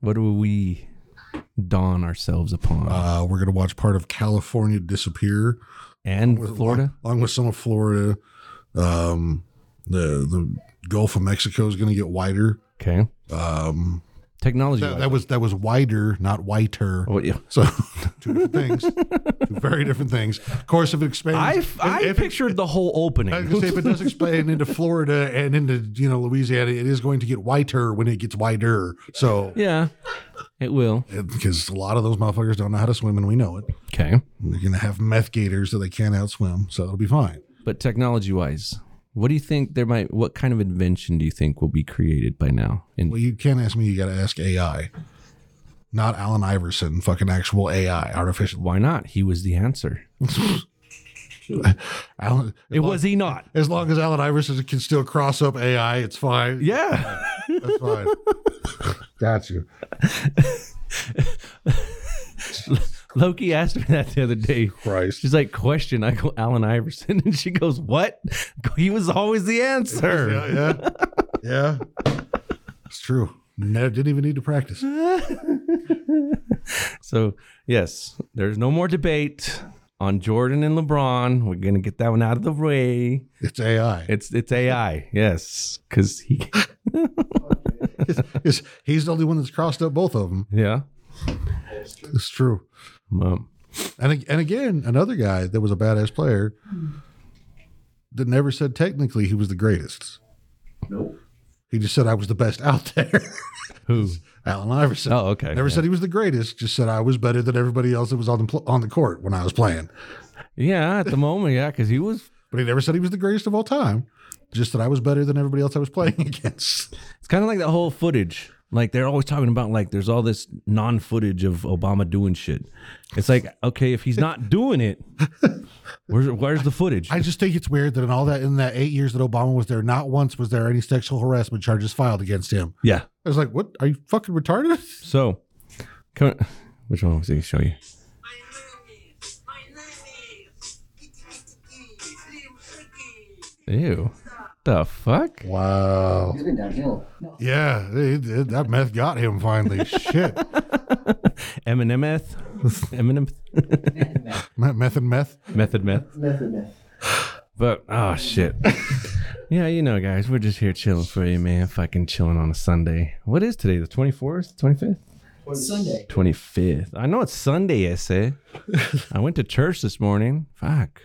[SPEAKER 4] What do we dawn ourselves upon?
[SPEAKER 3] Uh, we're gonna watch part of California disappear.
[SPEAKER 4] and Florida.
[SPEAKER 3] along, along with some of Florida. Um, the the Gulf of Mexico is going to get wider.
[SPEAKER 4] Okay. Um, technology.
[SPEAKER 3] That, that was that was wider, not whiter.
[SPEAKER 4] oh, yeah.
[SPEAKER 3] So <laughs> two different things, two very different things. Of course, if it expands,
[SPEAKER 4] I,
[SPEAKER 3] if-
[SPEAKER 4] I
[SPEAKER 3] if it-
[SPEAKER 4] pictured the
[SPEAKER 3] <laughs>
[SPEAKER 4] whole
[SPEAKER 3] I was
[SPEAKER 4] opening.
[SPEAKER 3] gonna say if it does expand into Florida and into you know Louisiana, it is going to get whiter when it gets wider. So
[SPEAKER 4] <laughs> yeah, it will.
[SPEAKER 3] because a lot of those motherfuckers don't know how to swim, and we know it.
[SPEAKER 4] Okay.
[SPEAKER 3] They're gonna have meth gators that they can't outswim, so it'll be fine.
[SPEAKER 4] But technology wise, what do you think there might, what kind of invention do you think will be created by now? And
[SPEAKER 3] Well, you can't ask me. You got to ask AI, not Alan Iverson. Fucking actual AI, artificial. <laughs>
[SPEAKER 4] why not? He was the answer.
[SPEAKER 3] Alan,
[SPEAKER 4] It was he not.
[SPEAKER 3] as long as Alan Iverson can still cross up AI, it's fine. <laughs>
[SPEAKER 4] Yeah.
[SPEAKER 3] that's fine. got you.
[SPEAKER 4] Loki asked me that the other day.
[SPEAKER 3] Christ.
[SPEAKER 4] She's like, question. I go, Alan Iverson. <laughs> And she goes, what? He was always the answer.
[SPEAKER 3] <laughs> Yeah, yeah, yeah. It's true. Never, didn't even need to practice.
[SPEAKER 4] So yes, there's no more debate on Jordan and LeBron. We're gonna get that one out of the way.
[SPEAKER 3] It's
[SPEAKER 4] <laughs>
[SPEAKER 3] AI.
[SPEAKER 4] It's it's AI, yes, because he <laughs>
[SPEAKER 3] It's- he's the only one that's crossed up both of them.
[SPEAKER 4] yeah.
[SPEAKER 3] It's true.
[SPEAKER 4] Um,
[SPEAKER 3] And ag- and again, another guy that was a badass player that never said technically he was the greatest.
[SPEAKER 7] Nope.
[SPEAKER 3] He just said I was the best out there. <laughs>
[SPEAKER 4] who?
[SPEAKER 3] Alan Iverson.
[SPEAKER 4] Oh, okay.
[SPEAKER 3] Never
[SPEAKER 4] yeah.
[SPEAKER 3] said he was the greatest. Just said I was better than everybody else that was on the pl- on the court when I was playing.
[SPEAKER 4] Yeah, at the moment, yeah, because he was.
[SPEAKER 3] But he never said he was the greatest of all time. Just that I was better than everybody else I was playing <laughs> against.
[SPEAKER 4] It's kind of like that whole footage. Like they're always talking about, like there's all this non-footage of Obama doing shit. It's like, okay, if he's not doing it, where's where's the footage?
[SPEAKER 3] I just think it's weird that in all that in that eight years that Obama was there, not once was there any sexual harassment charges filed against him.
[SPEAKER 4] yeah.
[SPEAKER 3] I was like, what? Are you fucking retarded?
[SPEAKER 4] So, come on. which one was he show you?
[SPEAKER 8] My name is, my name is, kitty kitty kitty, slim freaky.
[SPEAKER 4] Ew. The fuck?
[SPEAKER 3] Wow.
[SPEAKER 5] He's been downhill. No,
[SPEAKER 3] Yeah, it- it- that meth got him
[SPEAKER 4] <laughs>
[SPEAKER 3] finally. Shit.
[SPEAKER 4] Eminem meth. Eminem <laughs>
[SPEAKER 3] Meth, meth and meth.
[SPEAKER 4] method meth.
[SPEAKER 5] method man.
[SPEAKER 4] But oh shit. <laughs> yeah, you know, guys, we're just here chilling for you, man. Fucking chilling on a Sunday. What is today? The twenty fourth, twenty fifth,
[SPEAKER 5] Sunday.
[SPEAKER 4] twenty fifth. I know it's Sunday. I say. I went to church this morning. Fuck.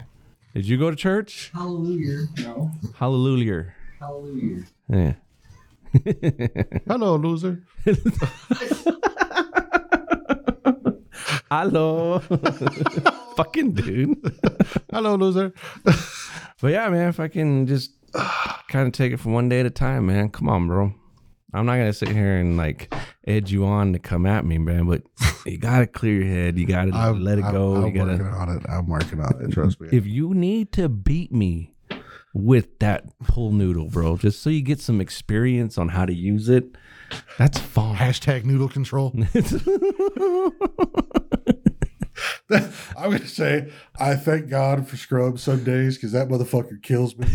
[SPEAKER 4] Did you go to church?
[SPEAKER 5] Hallelujah. No.
[SPEAKER 4] Hallelujah.
[SPEAKER 5] Hallelujah.
[SPEAKER 4] Yeah. <laughs>
[SPEAKER 3] Hello, loser. <laughs>
[SPEAKER 4] Hello. Fucking dude.
[SPEAKER 3] Hello, loser.
[SPEAKER 4] <laughs> But yeah, man, if I can just kind of take it from one day at a time, man. Come on, bro. I'm not gonna sit here and like edge you on to come at me, man.
[SPEAKER 3] <laughs>
[SPEAKER 4] But you gotta clear your head. You gotta
[SPEAKER 3] I'm-
[SPEAKER 4] let it
[SPEAKER 3] I'm-
[SPEAKER 4] go.
[SPEAKER 3] I'm,
[SPEAKER 4] you gotta.
[SPEAKER 3] working on it. I'm working on it. Trust
[SPEAKER 4] <laughs>
[SPEAKER 3] me.
[SPEAKER 4] If you need to beat me with that pull noodle, bro, just so you get some experience on how to use it, that's fine. <laughs>
[SPEAKER 3] Hashtag noodle control. <laughs> I'm gonna say I thank God for Scrubs some days because that motherfucker kills me.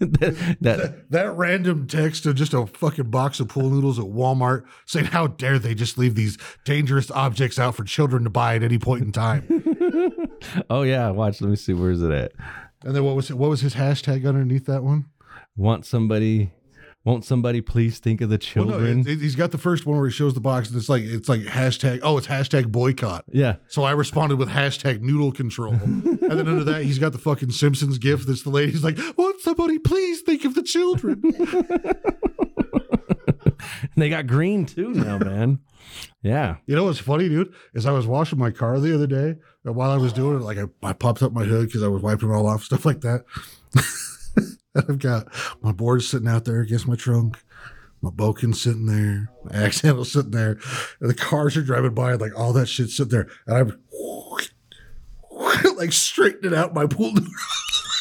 [SPEAKER 4] that, that-
[SPEAKER 3] That random text of just a fucking box of pool noodles at Walmart saying how dare they just leave these dangerous objects out for children to buy at any point in
[SPEAKER 4] <laughs>
[SPEAKER 3] time.
[SPEAKER 4] oh yeah, watch. Let me see. Where's it at?
[SPEAKER 3] and then what was it, what was his hashtag underneath that one?
[SPEAKER 4] Want somebody? Won't somebody please think of the
[SPEAKER 3] Well,
[SPEAKER 4] children?
[SPEAKER 3] no, it- it- he's got the first one where he shows the box and it's like it's like hashtag oh it's hashtag boycott.
[SPEAKER 4] yeah. <laughs>
[SPEAKER 3] So I responded with hashtag noodle control. and then under that, he's got the fucking Simpsons gif that's the lady's like, Won't somebody please think of the children?
[SPEAKER 4] And they got green too now, man. Yeah.
[SPEAKER 3] You know what's funny, dude? Is I was washing my car the other day, and while I was doing it, like I, I popped up my hood because I was wiping it all off, <laughs> stuff like that. and I've got my board sitting out there against my trunk, my Boken sitting there, my axe handle sitting there, and the cars are driving by, and like all that shit sitting there, and I'm <laughs> like straightening out my pool.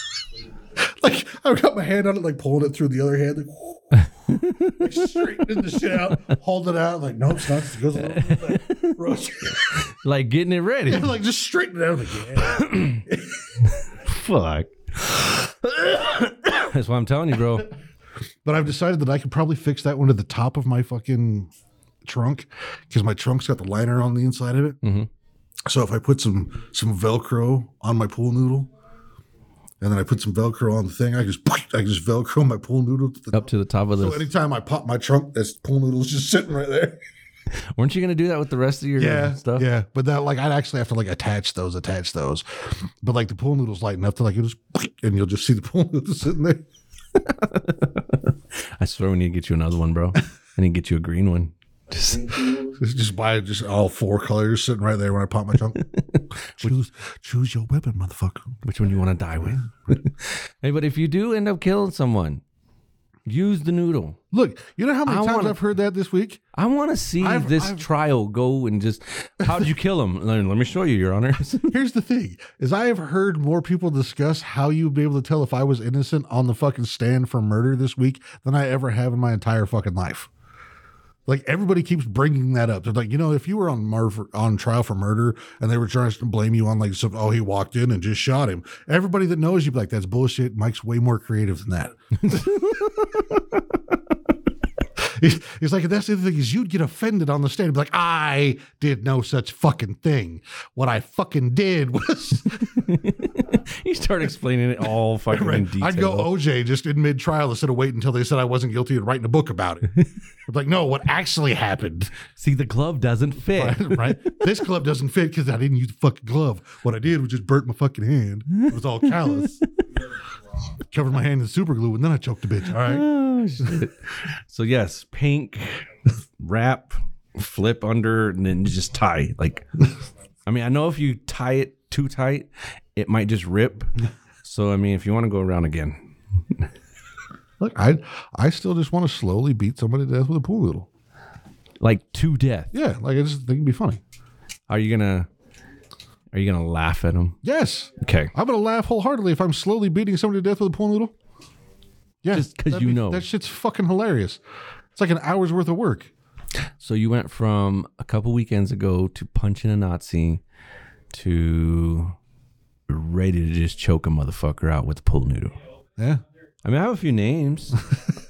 [SPEAKER 3] <laughs> like I've got my hand on it, like pulling it through the other hand, like. like <laughs> straightening the shit out, holding it out, like nope, it's not. It goes a little bit back. <laughs> Rotate.
[SPEAKER 4] Like getting
[SPEAKER 3] <laughs>
[SPEAKER 4] it ready.
[SPEAKER 3] Yeah, like just straighten it out again.
[SPEAKER 4] Fuck. That's why I'm telling you, bro.
[SPEAKER 3] But I've decided that I could probably fix that one to the top of my fucking trunk because my trunk's got the liner on the inside of it.
[SPEAKER 4] Mhm.
[SPEAKER 3] So if I put some some Velcro on my pool noodle, and then I put some Velcro on the thing, I just <laughs> I can just Velcro my pool noodle to the
[SPEAKER 4] Up to the top of
[SPEAKER 3] So
[SPEAKER 4] the.
[SPEAKER 3] anytime I pop my trunk, this pool noodle's just sitting right there.
[SPEAKER 4] Weren't you gonna do that with the rest of
[SPEAKER 3] <laughs>
[SPEAKER 4] your
[SPEAKER 3] yeah,
[SPEAKER 4] stuff?
[SPEAKER 3] Yeah, but that like I'd actually have to like attach those, attach those. But like the pool noodle's light enough to like it just <laughs> and you'll just see the pool <laughs> noodle sitting there.
[SPEAKER 4] I swear we need to get you another
[SPEAKER 3] <laughs>
[SPEAKER 4] one, bro. I need to get you a green one. Just
[SPEAKER 3] Just buy just all four colors sitting right there when I pop my trunk. <laughs> choose choose your weapon, motherfucker.
[SPEAKER 4] which one you want to die with? <laughs> hey, but if you do end up killing someone, use the noodle.
[SPEAKER 3] Look, you know how many
[SPEAKER 4] I
[SPEAKER 3] times
[SPEAKER 4] wanna-
[SPEAKER 3] I've heard that this week?
[SPEAKER 4] I want to see
[SPEAKER 3] I've-
[SPEAKER 4] this
[SPEAKER 3] I've-
[SPEAKER 4] trial go and just. How did you kill him? Let let me show you, Your Honor. <laughs>
[SPEAKER 3] Here's the thing is I have heard more people discuss how you'd be able to tell if I was innocent on the fucking stand for murder this week than I ever have in my entire fucking life. Like everybody keeps bringing that up. They're like, you know, if you were on mar- on trial for murder and they were trying to blame you on like some, oh, he walked in and just shot him. Everybody that knows you'd be like, that's bullshit. Mike's way more creative than that. He's, he's like, that's the other thing is you'd get offended on the stand. and Be like, I did no such fucking thing. What I fucking did <laughs> was
[SPEAKER 4] you start explaining it
[SPEAKER 3] <laughs>
[SPEAKER 4] all fucking in detail.
[SPEAKER 3] I'd go "Oh." OJ just in mid trial instead of waiting until they said I wasn't guilty and writing a book about it. I'm like, no, what actually happened, <laughs>
[SPEAKER 4] See, the glove doesn't fit.
[SPEAKER 3] right? this glove doesn't fit because I didn't use the fucking glove. What I did was just burnt my fucking hand. It was all callous. Covered my hand in super glue and then I choked the bitch. All right.
[SPEAKER 4] Oh, shit. so yes, pink wrap, flip under, and then just tie. Like, I mean, I know if you tie it too tight, it might
[SPEAKER 3] <laughs>
[SPEAKER 4] just rip. So I mean, if you want to go around again,
[SPEAKER 3] Look, I I still just want to slowly beat somebody to death with a pool noodle.
[SPEAKER 4] like to death,
[SPEAKER 3] Yeah, like I just think it'd be funny.
[SPEAKER 4] are you gonna? Are you gonna laugh at him?
[SPEAKER 3] Yes.
[SPEAKER 4] Okay.
[SPEAKER 3] I'm gonna laugh wholeheartedly if I'm slowly beating somebody to death with a pool noodle. Yeah,
[SPEAKER 4] Just 'cause
[SPEAKER 3] that'd
[SPEAKER 4] you
[SPEAKER 3] be-
[SPEAKER 4] know.
[SPEAKER 3] that shit's fucking hilarious. It's like an hour's worth of work.
[SPEAKER 4] So you went from a couple weekends ago to punching a Nazi to ready to just choke a motherfucker out with a pool noodle.
[SPEAKER 3] Yeah,
[SPEAKER 4] I mean, I have a few <laughs> names.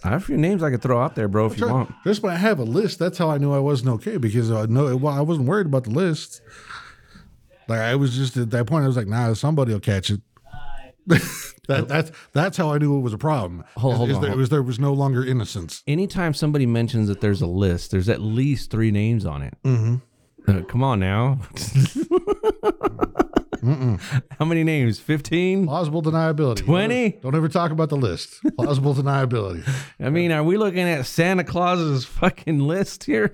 [SPEAKER 4] I have a few names I could throw out there, bro, if
[SPEAKER 3] <laughs>
[SPEAKER 4] you want.
[SPEAKER 3] just when I have a list, that's how I knew I wasn't okay because I know well, I wasn't worried about the list. Like I was just at that point, I was like, nah, somebody will catch it. <laughs> that, that's that's how I knew it was a problem.
[SPEAKER 4] Oh. Hold-
[SPEAKER 3] Is-
[SPEAKER 4] hold
[SPEAKER 3] is
[SPEAKER 4] on,
[SPEAKER 3] there,
[SPEAKER 4] hold-
[SPEAKER 3] was there was no longer innocence.
[SPEAKER 4] Anytime somebody mentions that there's a list, there's at least three names on it. Mm-hmm. come on <laughs> now. How many names? 15?
[SPEAKER 3] Plausible deniability.
[SPEAKER 4] 20?
[SPEAKER 3] Don't ever talk about the list. Plausible <laughs> deniability.
[SPEAKER 4] I mean, are we looking at Santa Claus's fucking list here?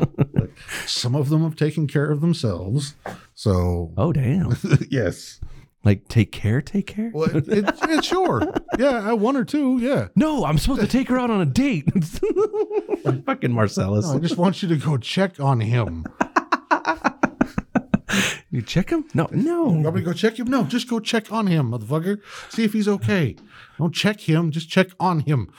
[SPEAKER 4] <laughs>
[SPEAKER 3] Some of them have taken care of themselves. So
[SPEAKER 4] oh, <laughs> damn.
[SPEAKER 3] <laughs> yes.
[SPEAKER 4] Like, take care, take care?
[SPEAKER 3] Well, it, it, it's sure. Yeah, I one or two. Yeah.
[SPEAKER 4] No, I'm supposed to take her out on a date. <laughs> fucking Marcellus.
[SPEAKER 3] I just want you to go check on him.
[SPEAKER 4] You check him? No, no.
[SPEAKER 3] Want me to go check him? No, just go check on him, motherfucker. See if he's okay. Don't check him. Just check on him.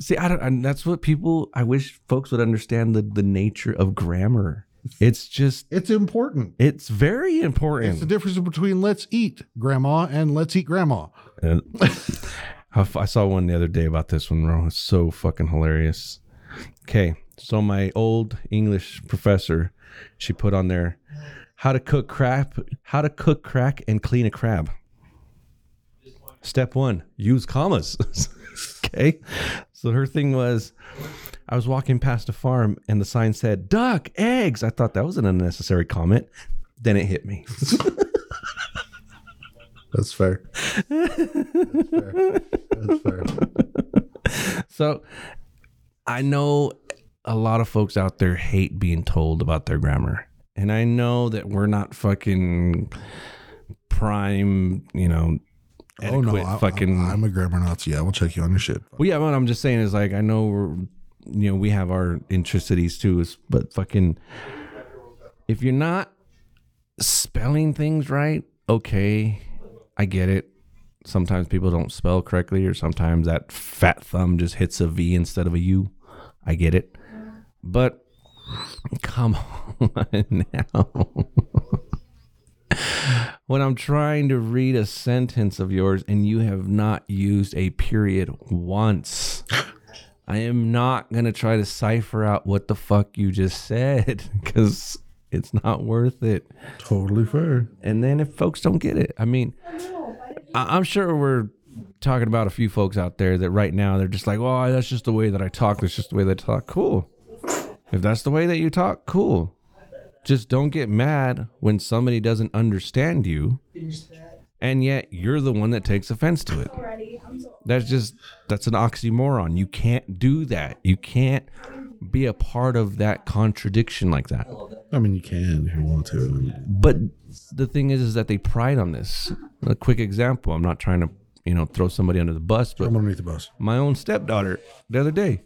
[SPEAKER 4] See, I don't, and that's what people, I wish folks would understand the, the nature of grammar. It's just,
[SPEAKER 3] It's important.
[SPEAKER 4] it's very
[SPEAKER 3] It's the
[SPEAKER 4] important.
[SPEAKER 3] difference between let's eat grandma and let's eat grandma.
[SPEAKER 4] And I f- I saw one the other day about this one, bro. It's so fucking hilarious. Okay. So my old English professor, she put on there how to cook crap, how to cook crack and clean a crab. Step one, use commas. <laughs> Okay. So her thing was I was walking past a farm and the sign said, Duck, eggs. I thought that was an unnecessary comment. Then it hit me.
[SPEAKER 3] That's fair. That's fair. That's fair.
[SPEAKER 4] So I know a lot of folks out there hate being told about their grammar. And I know that we're not fucking prime, you know,
[SPEAKER 3] Oh
[SPEAKER 4] adequate
[SPEAKER 3] no, I,
[SPEAKER 4] fucking.
[SPEAKER 3] I, am a grammar Nazi. I will check you on your shit.
[SPEAKER 4] Well, yeah, what I'm just saying is like I know we're, you know, we have our intricacies too, is- but fucking, if you're not spelling things right, okay, I get it. Sometimes people don't spell correctly, or sometimes that fat thumb just hits a V instead of a U. I get it, but come <laughs> on now. when I'm trying to read a sentence of yours and you have not used a period once. I am not going to try to cipher out what the fuck you just said <laughs> because it's not worth it.
[SPEAKER 3] Totally fair.
[SPEAKER 4] And then if folks don't get it, I mean, I- I'm sure we're talking about a few folks out there that right now they're just like, well, that's just the way that I talk. That's just the way that I talk. Cool. If that's the way that you talk, cool. Just don't get mad when somebody doesn't understand you. And yet you're the one that takes offense to it. That's just, that's an oxymoron. You can't do that. You can't be a part of that contradiction like that.
[SPEAKER 3] I mean, you can if you want to.
[SPEAKER 4] But the thing is, is that they pride on this. A quick example. I'm not trying to, you know, throw somebody under the bus, but
[SPEAKER 3] I'm underneath the bus.
[SPEAKER 4] my own stepdaughter the other day,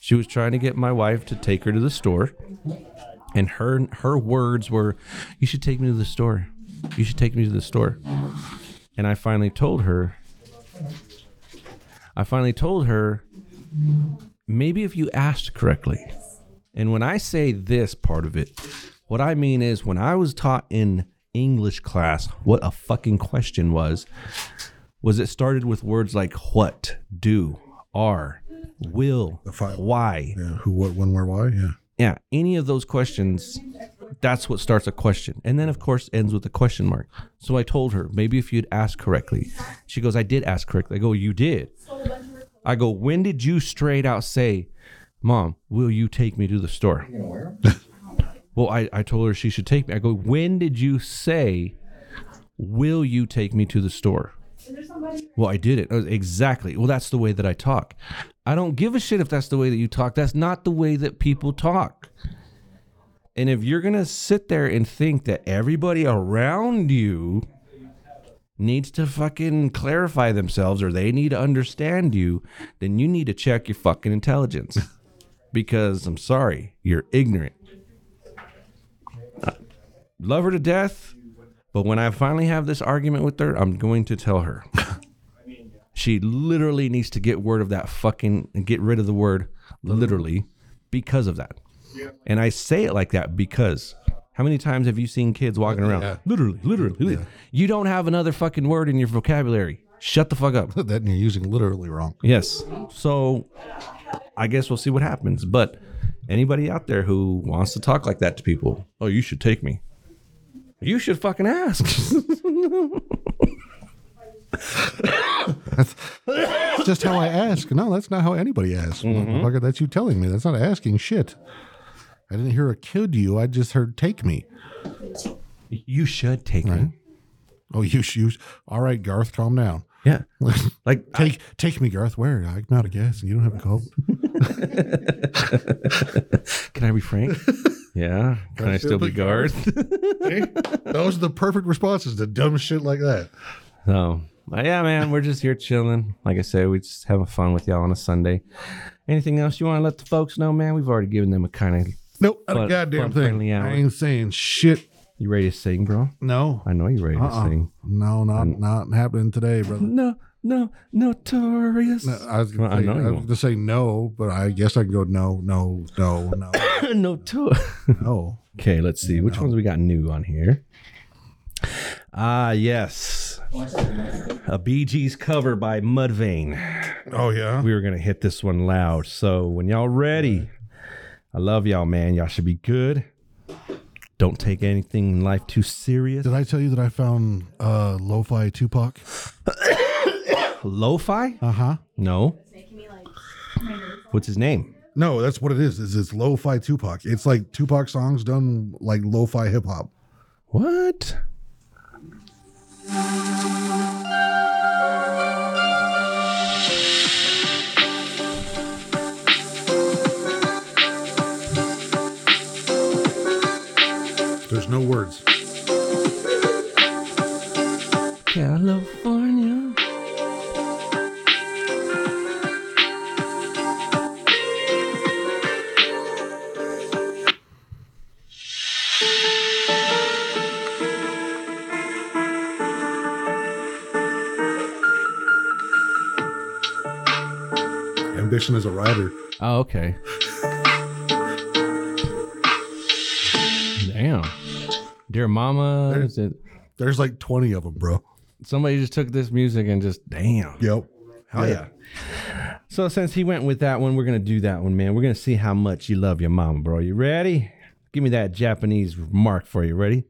[SPEAKER 4] she was trying to get my wife to take her to the store, and her her words were, "You should take me to the store. You should take me to the store." And I finally told her. I finally told her, maybe if you asked correctly. And when I say this part of it, what I mean is when I was taught in English class what a fucking question was, was it started with words like what, do, are, will,
[SPEAKER 3] five.
[SPEAKER 4] why.
[SPEAKER 3] Yeah. Who, what, when, where, why? Yeah.
[SPEAKER 4] Yeah, any of those questions, that's what starts a question. And then, of course, ends with a question mark. So I told her, maybe if you'd asked correctly. She goes, I did ask correctly. I go, You did. I go, When did you straight out say, Mom, will you take me to the store?
[SPEAKER 5] You know where?
[SPEAKER 4] <laughs> Well, I, I told her she should take me. I go, when did you say, will you take me to the store? Well, I did it. I was- Exactly. Well, that's the way that I talk. I don't give a shit if that's the way that you talk. That's not the way that people talk. And if you're going to sit there and think that everybody around you needs to fucking clarify themselves or they need to understand you, then you need to check your fucking intelligence. <laughs> because I'm sorry, you're ignorant love her to death, but when I finally have this argument with her, I'm going to tell her. she literally needs to get word of that fucking get rid of the word literally because of that. And I say it like that because how many times have you seen kids walking around?
[SPEAKER 3] Yeah.
[SPEAKER 4] Literally, literally, literally. You don't have another fucking word in your vocabulary. Shut the fuck up. <laughs>
[SPEAKER 3] Put that and you're using literally wrong. <laughs>
[SPEAKER 4] Yes. So I guess we'll see what happens. But anybody out there who wants to talk like that to people, oh, you should take me. You should fucking ask.
[SPEAKER 3] That's just how I ask. No, that's not how anybody asks.
[SPEAKER 4] Mm-hmm.
[SPEAKER 3] Motherfucker, that's you telling me. That's not asking shit. I didn't hear a kid you. I just heard take me.
[SPEAKER 4] <laughs> you should take me.
[SPEAKER 3] Oh, you shoes. All right, Garth, calm down.
[SPEAKER 4] <laughs> Yeah. Like
[SPEAKER 3] Take take me, Garth. Where? I'm out of gas. You don't have a cold.
[SPEAKER 4] can I be Frank? <laughs> yeah. Can I still be Garth?
[SPEAKER 3] <laughs>
[SPEAKER 4] <laughs>
[SPEAKER 3] See? Those are the perfect responses to dumb shit like that.
[SPEAKER 4] So but yeah, man, we're just here chilling. Like I said, we just having fun with y'all on a Sunday. Anything else you want to let the folks know, man? We've already given them a kind of.
[SPEAKER 3] Nope, not
[SPEAKER 4] Fun-
[SPEAKER 3] a goddamn
[SPEAKER 4] fun
[SPEAKER 3] thing.
[SPEAKER 4] friendly hour.
[SPEAKER 3] I ain't saying shit.
[SPEAKER 4] You ready to sing, bro?
[SPEAKER 3] No,
[SPEAKER 4] I know you're ready
[SPEAKER 3] Uh-uh.
[SPEAKER 4] to sing.
[SPEAKER 3] no, not not happening today, brother.
[SPEAKER 4] No, no, notorious. <laughs>
[SPEAKER 3] I was
[SPEAKER 4] Well,
[SPEAKER 3] gonna,
[SPEAKER 4] I
[SPEAKER 3] say,
[SPEAKER 4] know
[SPEAKER 3] I
[SPEAKER 4] you
[SPEAKER 3] was
[SPEAKER 4] won't.
[SPEAKER 3] gonna say no, but I guess I can go no, no, no, no,
[SPEAKER 4] no tour.
[SPEAKER 3] no.
[SPEAKER 4] <laughs> okay, let's see. Which ones we got new on here? Ah, yes. A Bee Gees cover by Mudvayne.
[SPEAKER 3] Oh yeah.
[SPEAKER 4] We were going to hit this one loud. So when y'all ready, I love y'all, man. Y'all should be good. Don't take anything in life too serious.
[SPEAKER 3] Did I tell you that I found uh, lo-fi Tupac?
[SPEAKER 4] Lo-fi?
[SPEAKER 3] Uh huh.
[SPEAKER 4] No.
[SPEAKER 9] making me like
[SPEAKER 4] What's his name?
[SPEAKER 3] No, that's what it is. Is it's lo-fi Tupac? It's like Tupac songs done like lo-fi hip hop.
[SPEAKER 4] What?
[SPEAKER 3] There's no words.
[SPEAKER 4] California.
[SPEAKER 3] Ambition as a rider.
[SPEAKER 4] Oh, okay. Damn. Dear Mama.
[SPEAKER 3] There-
[SPEAKER 4] is it-
[SPEAKER 3] There's like 20 of them, bro.
[SPEAKER 4] Somebody just took this music and just, damn.
[SPEAKER 3] Yep.
[SPEAKER 4] Hell yeah. So since he went with that one, we're gonna do that one, man. We're gonna see how much you love your mama, bro. You ready? Give me that Japanese mark for you. Ready?